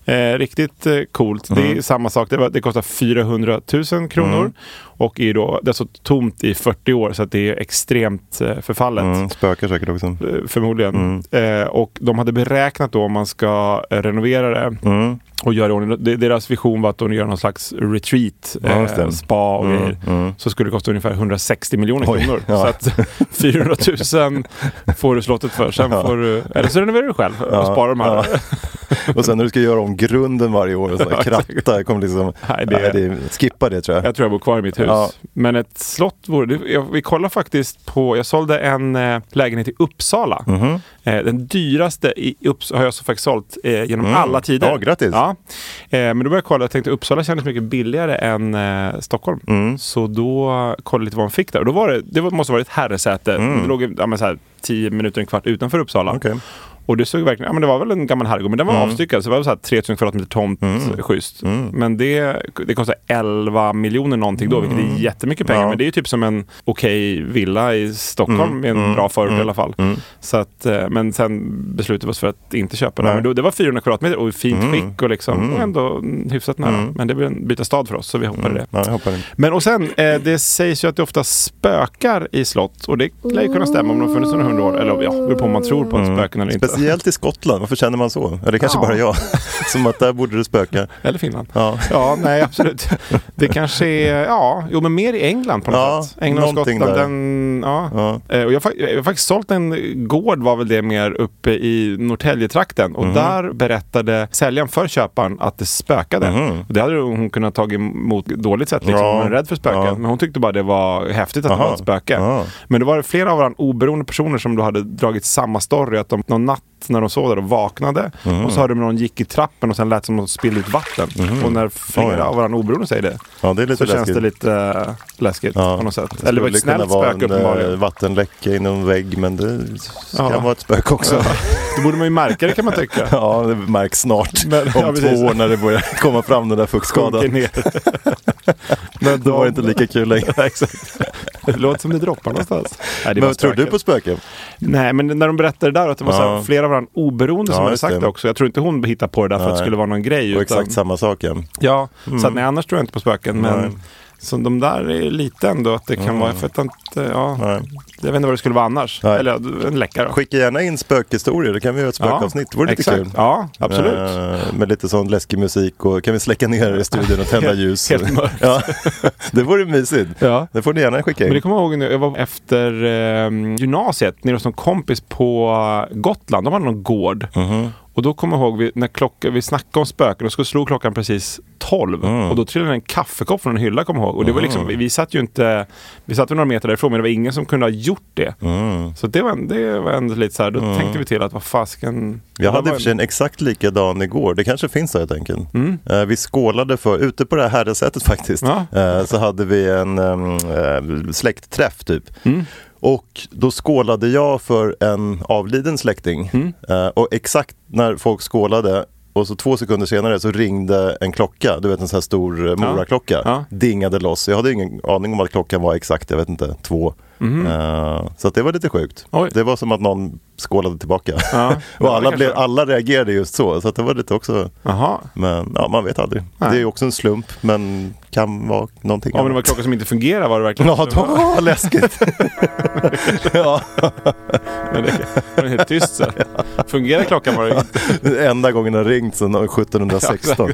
Eh, riktigt eh, coolt. Det är Mm. samma sak. Det, var, det kostar 400 000 kronor. Och är då dessutom tomt i 40 år så att det är extremt eh, förfallet. Mm, spökar säkert också. Eh, Förmodligen. Mm. Eh, och de hade beräknat då om man ska eh, renovera det Mm. och göra i ordning. De- Deras vision var att de gör någon slags retreat, Ja, just eh, det. spa och Mm, grejer. mm. Så skulle det kosta ungefär 160 miljoner Oj, kronor. ja. Så att 400 000 får du slottet för. Sen får du, eller så renoverar du själv och sparar de här. Och sen när du ska göra om grunden varje år och sådär, kratta, jag kommer liksom... Nej, det- Nej, det, skippa det tror jag. Jag tror jag bor kvar i mitt hus. Ja. Men ett slott vore... det- Jag, vi kollar faktiskt på... Jag sålde en eh, lägenhet i Uppsala. Mhm. Eh, den dyraste i Uppsala har jag så faktiskt sålt eh, genom alla tider. Mm. Ja, grattis. Ja. Eh, men då började jag kolla. Jag tänkte Uppsala kändes mycket billigare än eh, Stockholm. Mm. Så då kollade jag lite vad man fick där. Och då var det... Det var- måste ha varit herresäte. Det låg i- ja, men så här, tio minuter, en kvart utanför Uppsala. Mm. Okej. Mm. Och det såg verkligen, ja men det var väl en gammal herrgård, men den var avstyckad. Så det var så här 3000 kvadratmeter tomt, schysst. Men det, det kostade 11 miljoner någonting då, vilket är jättemycket pengar. Mm. Ja. Mm. Men det är ju typ som en okej villa i Stockholm med en bra förort i alla fall. Så att, eh, men sen beslutade vi oss för att inte köpa den. Nej. Mm. Men då, det var 400 kvadratmeter och i fint skick och liksom och ändå mm, hyfsat nära. Men det blev en byta stad för oss, så vi hoppade det. Mm. Ja, jag hoppar in. Men och sen, eh, det sägs ju att det ofta spökar i slott och det lär ju kunna stämma om de har funnits under hundra år. Eller ja, det beror på om man tror på att spöken eller inte. Mm. Speciellt i Skottland, varför känner man så? Eller kanske Ja. bara jag. Som att där borde det spöka. Eller Finland. Ja. Ja, nej absolut. Det kanske är, ja, jo men mer i England på något Ja, sätt. England och någonting Skottland. där. Den, ja. Ja. Eh, Och jag, har fa- jag har faktiskt sålt en gård var väl det mer uppe i Norrtäljetrakten Mhm. och där berättade säljaren för köparen att det spökade. Och det hade hon kunnat ta emot dåligt sett liksom. Mhm. Ja. Hon är rädd för spöken. Ja. Men hon tyckte bara det var häftigt att det Aha. var ett spöke. Ja. Men då var det flera av varandra oberoende personer som då hade dragit samma story. Att de någon natt när de sov där och vaknade Mm. och så hörde de någon gick i trappen och sen lät som att de spillde ut vatten. Och när flera Oj. av varandra oberoende säger det Mm. Ja, det är lite så känns läskigt. det lite eh, läskigt Ja. på något sätt. Eller det var ett skulle kunna snällt vara spöke en, eh, uppenbarligen. vattenläcka i någon vägg, men det s- Ja. kan vara ett spöke också. Ja. Då borde man ju märka det kan man tycka. Ja, det märks snart. Men- Om ja, precis. två år när det börjar komma fram den där Sjunker fuktskadan. ner. Men då var det inte lika kul längre. Exakt. Det låter som det droppar någonstans. Nej, det var Men tror du spöket. på spöken? Nej, men när de berättade det där att det var så här, Ja. flera av varandra oberoende som Ja, hade just sagt det. det också. Jag tror inte hon hittade på det där för att det Nej. skulle vara någon grej. Och utan- exakt samma sak igen. Ja, så att, nej, annars tror jag inte på spöken. Men Mm. Nej. Mm. Så de där är lite ändå att det kan vara, jag vet inte, ja, Nej. jag vet inte vad det skulle vara annars. Nej. Eller ja, en läckare. Skicka gärna in spökhistorier, då kan vi göra ett spökavsnitt. Det vore lite exakt. kul. Ja, absolut. Eh, med lite sån läskig musik och kan vi släcka ner i studion och tända ljus. helt mörkt. ja. Det vore mysigt. Ja. Det får ni gärna skicka Men in. det kommer jag ihåg nu, jag var efter eh, gymnasiet nere hos någon kompis på Gotland. De hade någon gård. Mhm. Och då kommer jag ihåg vi, när klock, vi snackade om spöken och så slog klockan precis 12. Mm. Och då trillade en kaffekopp från en hylla kommer jag ihåg. Och det var liksom, vi, vi satt ju inte, vi satt ju några meter därifrån men det var ingen som kunde ha gjort det. Mm. Så det var, en- det var ändå lite så här, då tänkte vi till att vad fasken. Jag det hade i var och för sig en exakt likadan igår, det kanske finns så helt enkelt. Eh, vi skålade för, ute på det här herresätet faktiskt, Mm. Ja. eh, så hade vi en em, eh, släktträff typ. Mm. Och då skålade jag för en avliden släkting. Mm. Eh, och exakt när folk skålade och så två sekunder senare så ringde en klocka, du vet en sån här stor eh, moraklocka, Ja. dingade loss. Jag hade ingen aning om att klockan var exakt, jag vet inte, två. Eh, så att det var lite sjukt. Mhm. Oj. Det var som att någon skålade tillbaka. Ja, ja, och alla, kanske. blev, alla reagerade just så, så att det var lite också, Jaha. men ja, man vet aldrig. Nej. Det är ju också en slump, men kan vara någonting Ja men det var klockan som inte fungerade var det verkligen. Ja, då var det läskigt. ja, Men det var helt tyst så. här. Fungerade klockan var det inte. enda gången den ringt sedan 1716. Ja,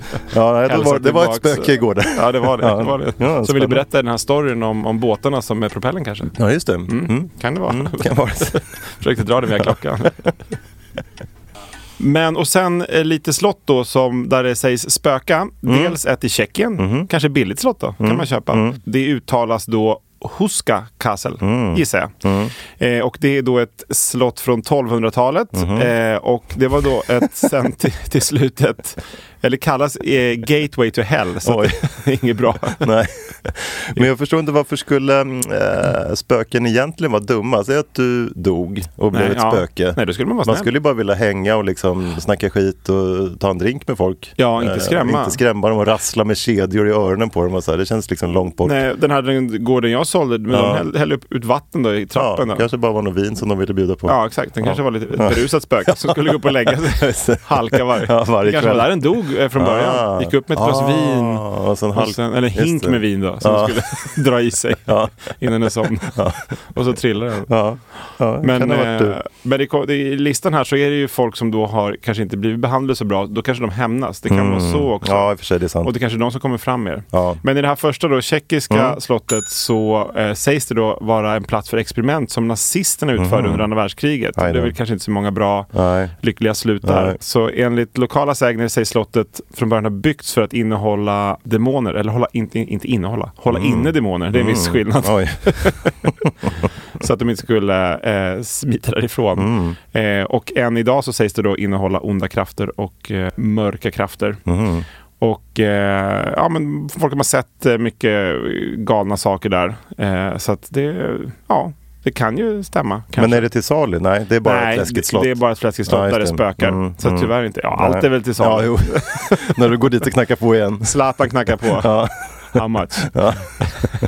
nej, då Hälsa var, det var ett tillbaks. eh. spöke igår där. Ja, det var det. Ja. det, var det. Ja, som ville spännande. berätta den här storyn om, om båtarna som med propellen kanske. Ja, just det. Mm. Kan det vara? Kan vara det. Försökte dra den via klockan. Men och sen eh, lite slott då som där det sägs spöka. Mm. Dels ett i Tjeckien, Mhm. kanske billigt slott då, kan man köpa. Det uttalas då Huska Castle, Mm. gissar jag. Eh, och det är då ett slott från 1200-talet. Mhm. Eh, och det var då ett sen till, till slutet, eller kallas eh, Gateway to Hell. Så att Oj. det är inget bra. Nej, men jag förstår inte varför skulle äh, spöken egentligen vara dumma? Säg att du dog och blev Nej, ett ja. spöke. Nej, då skulle man vara Man snäll. skulle ju bara vilja hänga och liksom snacka skit och ta en drink med folk. Ja, inte Eh, skrämma. inte skrämma dem och rassla med kedjor i öronen på dem och så här. Det känns liksom långt bort. Nej, den här den gården jag sålde, men Ja. de häll- hällde upp ut vatten då i ja, trappen. då. kanske bara var något vin som de ville bjuda på. Ja, exakt. Den Ja. kanske var lite ett berusat spöke som skulle gå upp och lägga sig. Halka varje, Ja, varje Det kanske kväll. var där den dog eh, från början. Gick upp med ett glas Ah, vin. Och sen halk... Och sen, eller en hink Just det. med vin då, som Ja. skulle dra i sig innan den somnade. Och så trillade den. Ja, ja men, Men, kan det ha varit eh, du. men det, kom- det, i listan här så är det ju folk som då har kanske inte blivit behandlade så bra. Då kanske de hämnas. Det kan vara så också. Mm. Ja, i och för sig, det är sant. Och det kanske är de som kommer fram mer. Ja. Mm. Men i det här första då, tjeckiska slottet så eh, sägs det då vara en plats för experiment som nazisterna utförde under andra världskriget. Aj Och det då. är väl kanske inte så många bra Mm. Nej. lyckliga slut där. Nej. Så enligt lokala sägner sägs slottet från början ha byggts för att innehålla demoner, eller hålla inte, inte innehålla, hålla Mm. inne demoner. Det är en viss skillnad. Oj. Så att de inte skulle eh, smita därifrån. Mm. Eh, och än idag så sägs det då innehålla onda krafter och eh, mörka krafter. Mm. Och eh, ja, men folk har sett eh, mycket galna saker där. Eh, så att det, ja, det kan ju stämma. Kanske. Men är det till salu? Nej, det är bara ett läskigt slott. Det, det är bara ett läskigt slott Ja, just där det det. spökar. Mm, så mm. tyvärr inte. Ja, allt är väl till Ja, salu. jo. När du går dit och knackar på igen. Zlatan knackar på. How much?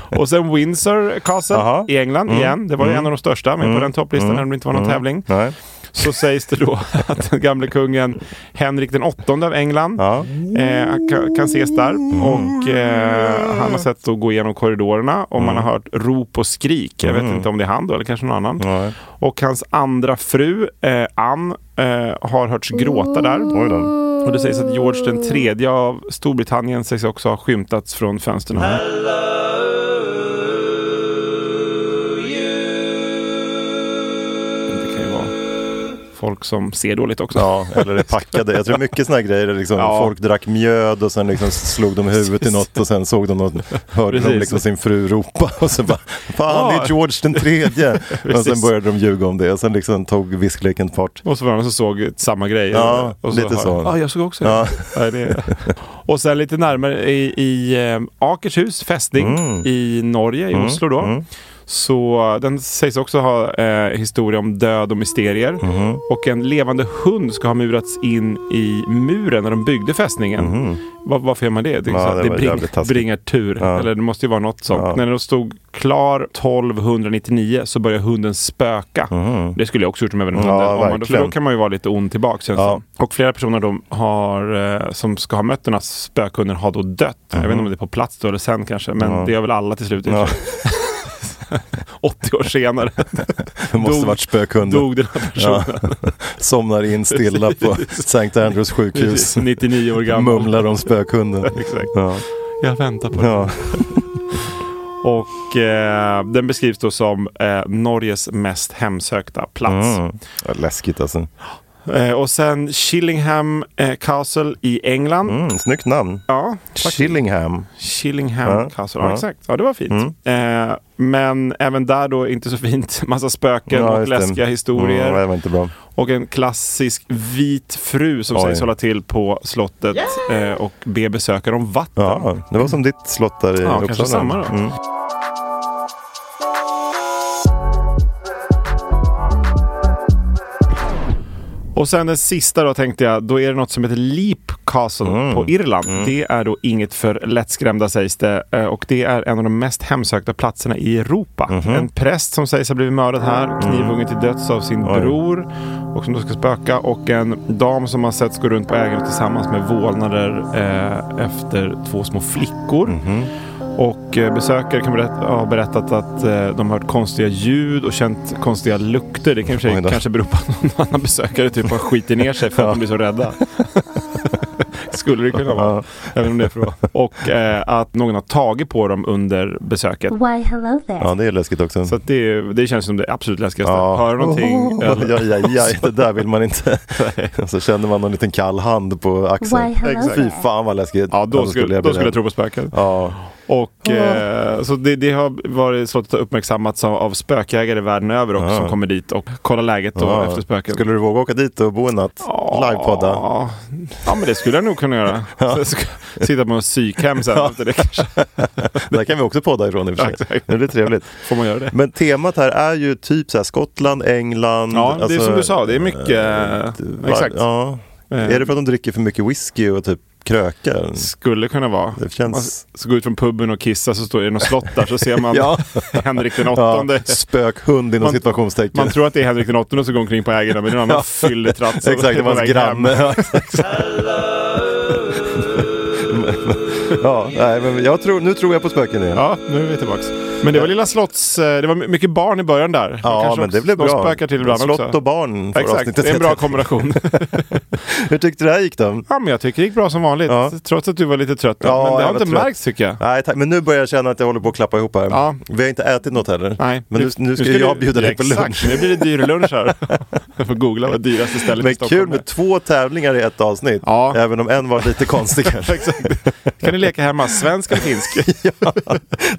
och sen Windsor Castle Jaha. Mm. i England igen. Det var ju en av de största med på den topplistan när det inte var någon tävling. Nej. Så sägs det då att den gamle kungen Henrik den åttonde av England Ja. eh, kan, kan ses där. Och eh, han har sett att gå igenom korridorerna och man Mm. har hört rop och skrik. Jag vet inte om det är han då eller kanske någon annan. Nej. Och hans andra fru, eh, Ann, eh, har hörts gråta där. Och det sägs att George den tredje av Storbritannien sägs också ha skymtats från fönstren. Det kan ju vara folk som ser dåligt också. Ja, eller det packade. Jag tror mycket sådana grejer, är liksom, Ja. folk drack mjöd och sen liksom slog de huvudet i något och sen såg de något, hörde de Precis. liksom sin fru ropa och så bara Fan, det Ja. är George den tredje! och sen Precis. började de ljuga om det och sen liksom tog viskleken fart. Och så var det någon som såg samma grej. Ja, och så lite har- så. Ja, jag såg också Ja. det. Nej, det. Och sen lite Mm. närmare i, i eh, Akershus fästning i Norge, i Oslo då. Så den sägs också ha eh, historia om död och mysterier. Mm. Och en levande hund ska ha murats in i muren när de byggde fästningen. Va- varför gör man det? Det, är Mm. Ja, så här, det det var jävligt bring, taskigt. bringar tur. Eller det måste ju vara något sånt. Ja. När den stod klar 1299 så började hunden spöka. Det skulle jag också gjort om jag var en hund. Ja, Om man, för då verkligen. kan man ju vara lite ond tillbaka känns Ja. som. Och flera personer då har, eh, som ska ha mött den här spökhunden har då dött. Jag vet inte om det är på plats då eller sen kanske. Men det gör väl alla till slut. i och för sig. 80 år senare Det måste Dog- varit spökhunden. dog den här personen. Somnar in stilla på St. Andrews sjukhus. 99 år gammal. Mumlar om spökhunden. Exakt. Ja. Jag väntar på det. Ja. Och eh, den beskrivs då som eh, Norges mest hemsökta plats. Mm. Ja, läskigt alltså. Eh, och sen Chillingham eh, Castle i England. Mm, snyggt namn. Ja, tack. Chillingham. Chillingham Ja, Castle. Ja, ja. Mm. exakt. Ja, det var fint. Eh, men även där då inte så fint. Massa spöken Ja, och just det. läskiga historier. Mm, det var inte bra. Och en klassisk vit fru som Oj. sägs hålla till på slottet eh, och be besökare om vatten. Ja, det var som ditt slott där i Ja, Uppsala. kanske samma då. Mm. Och sen den sista då tänkte jag, då är det något som heter Leap Castle på Irland. Det är då inget för lättskrämda sägs det eh, och det är en av de mest hemsökta platserna i Europa. En präst som sägs ha blivit mördad här, knivhuggen till döds av sin bror och som då ska spöka och en dam som har setts gå runt på ägaren tillsammans med vålnader eh, efter två små flickor. Och eh, besökare kan berätta, ha berättat att eh, de har hört konstiga ljud och känt konstiga lukter. Det kan i och för Oj sig då. kanske beror på att någon annan besökare typ har skitit ner sig för att de blir så rädda. Skulle det kunna vara. Även om det är för att- Och eh, att någon har tagit på dem under besöket. Why, hello there. Ja, det är läskigt också. Så att det, är- det känns som det absolut läskigaste. Ja. Hör någonting. Ja, eller- ja, ja, ja, det där vill man inte. så känner man någon liten kall hand på axeln. Why, hello Exakt. Fy there. fan vad läskigt. Alltså, Ja, då, skulle, då bli skulle jag rädd. tro på spöken. Ja, Och, eh, så det, det har varit så att uppmärksammats av, av spökjägare världen över också, som kommer dit och kollar läget då, ja. efter spöken. Skulle du våga åka dit och bo en natt? Livepodda? Ja, ja, men det skulle jag nog kunna göra. Så jag ska Sitta på en psykhem sen efter det kanske. Där kan vi också podda ifrån i och för sig. Exakt. Det blir trevligt. Får man göra det? Men temat här är ju typ så här Skottland, England. Ja, det är alltså, eh, som du sa. Det är mycket... var- exakt. Eh. Ja. Är det för att de dricker för mycket whisky och typ krökar? Skulle kunna vara. Det känns- Man ska gå ut från puben och kissa så står det något slott där så ser man Ja. Henrik den Ja, åttonde. spökhund inom Man- situationstecken. Man tror att det är Henrik den åttonde som går omkring på ägarna men det är någon annan fylletratt. som Exakt, det är på var hans väg hem. granne. Ja, exakt. ja, nej, men jag tror, nu tror jag på spöken igen. Ja, nu är vi tillbaks. Men det var lilla slotts... eh, Det var my- mycket barn i början där. Ja, Kanske men också- det blev de bra. spökar till ibland Slott också. och barn får Exakt, avsnittet det är en bra heta. kombination. Hur tyckte du det här gick då? Ja, men jag tycker det gick bra som vanligt. Ja. Trots att du var lite trött. Ja, men det jag har var inte trött. märkts tycker jag. Nej tack, men nu börjar jag känna att jag håller på att klappa ihop här. Ja. Vi har inte ätit något heller. Nej. Men nu, nu ska jag bjuda dig på exakt, lunch. nu blir det dyr lunch här. Jag får googla vad dyraste stället i Men Stockholm kul med två tävlingar i ett avsnitt. Ja. Även om en var lite konstig kanske. Exakt. Kan ni leka hemma, svensk eller finsk? ja.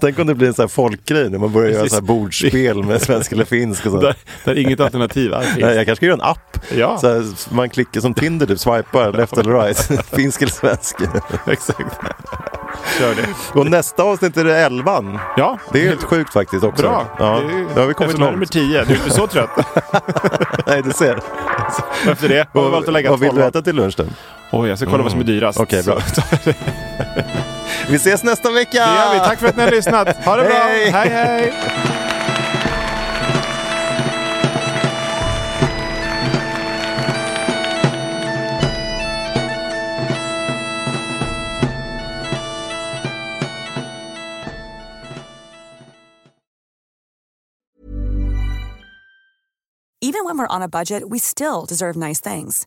Tänk om det blir en sån här folkgrej när man börjar göra Precis. så här bordspel med svensk eller finsk och så. Där, där inget alternativ är Nej, finsk. jag kanske ska göra en app. Ja. Så här, man klickar som Tinder, typ, swipar left eller right. Finsk eller svensk. Exakt. Kör det. Och nästa avsnitt är det elvan. Ja, Det är helt sjukt faktiskt också. bra. Ja. Det är- Nu har vi kommit Eftersom jag är nummer långt. 10. Du är inte så trött. Nej, du ser. Efter det har vi valt att lägga vad vill du tolvan. äta till lunch då? Oj, jag ska kolla vad som är dyrast. Okej, bra. Så- Vi ses nästa vecka! Det gör vi. Tack för att ni har lyssnat. Ha det bra. Hej. hej. hej. Even when we're on a budget, we still deserve nice things.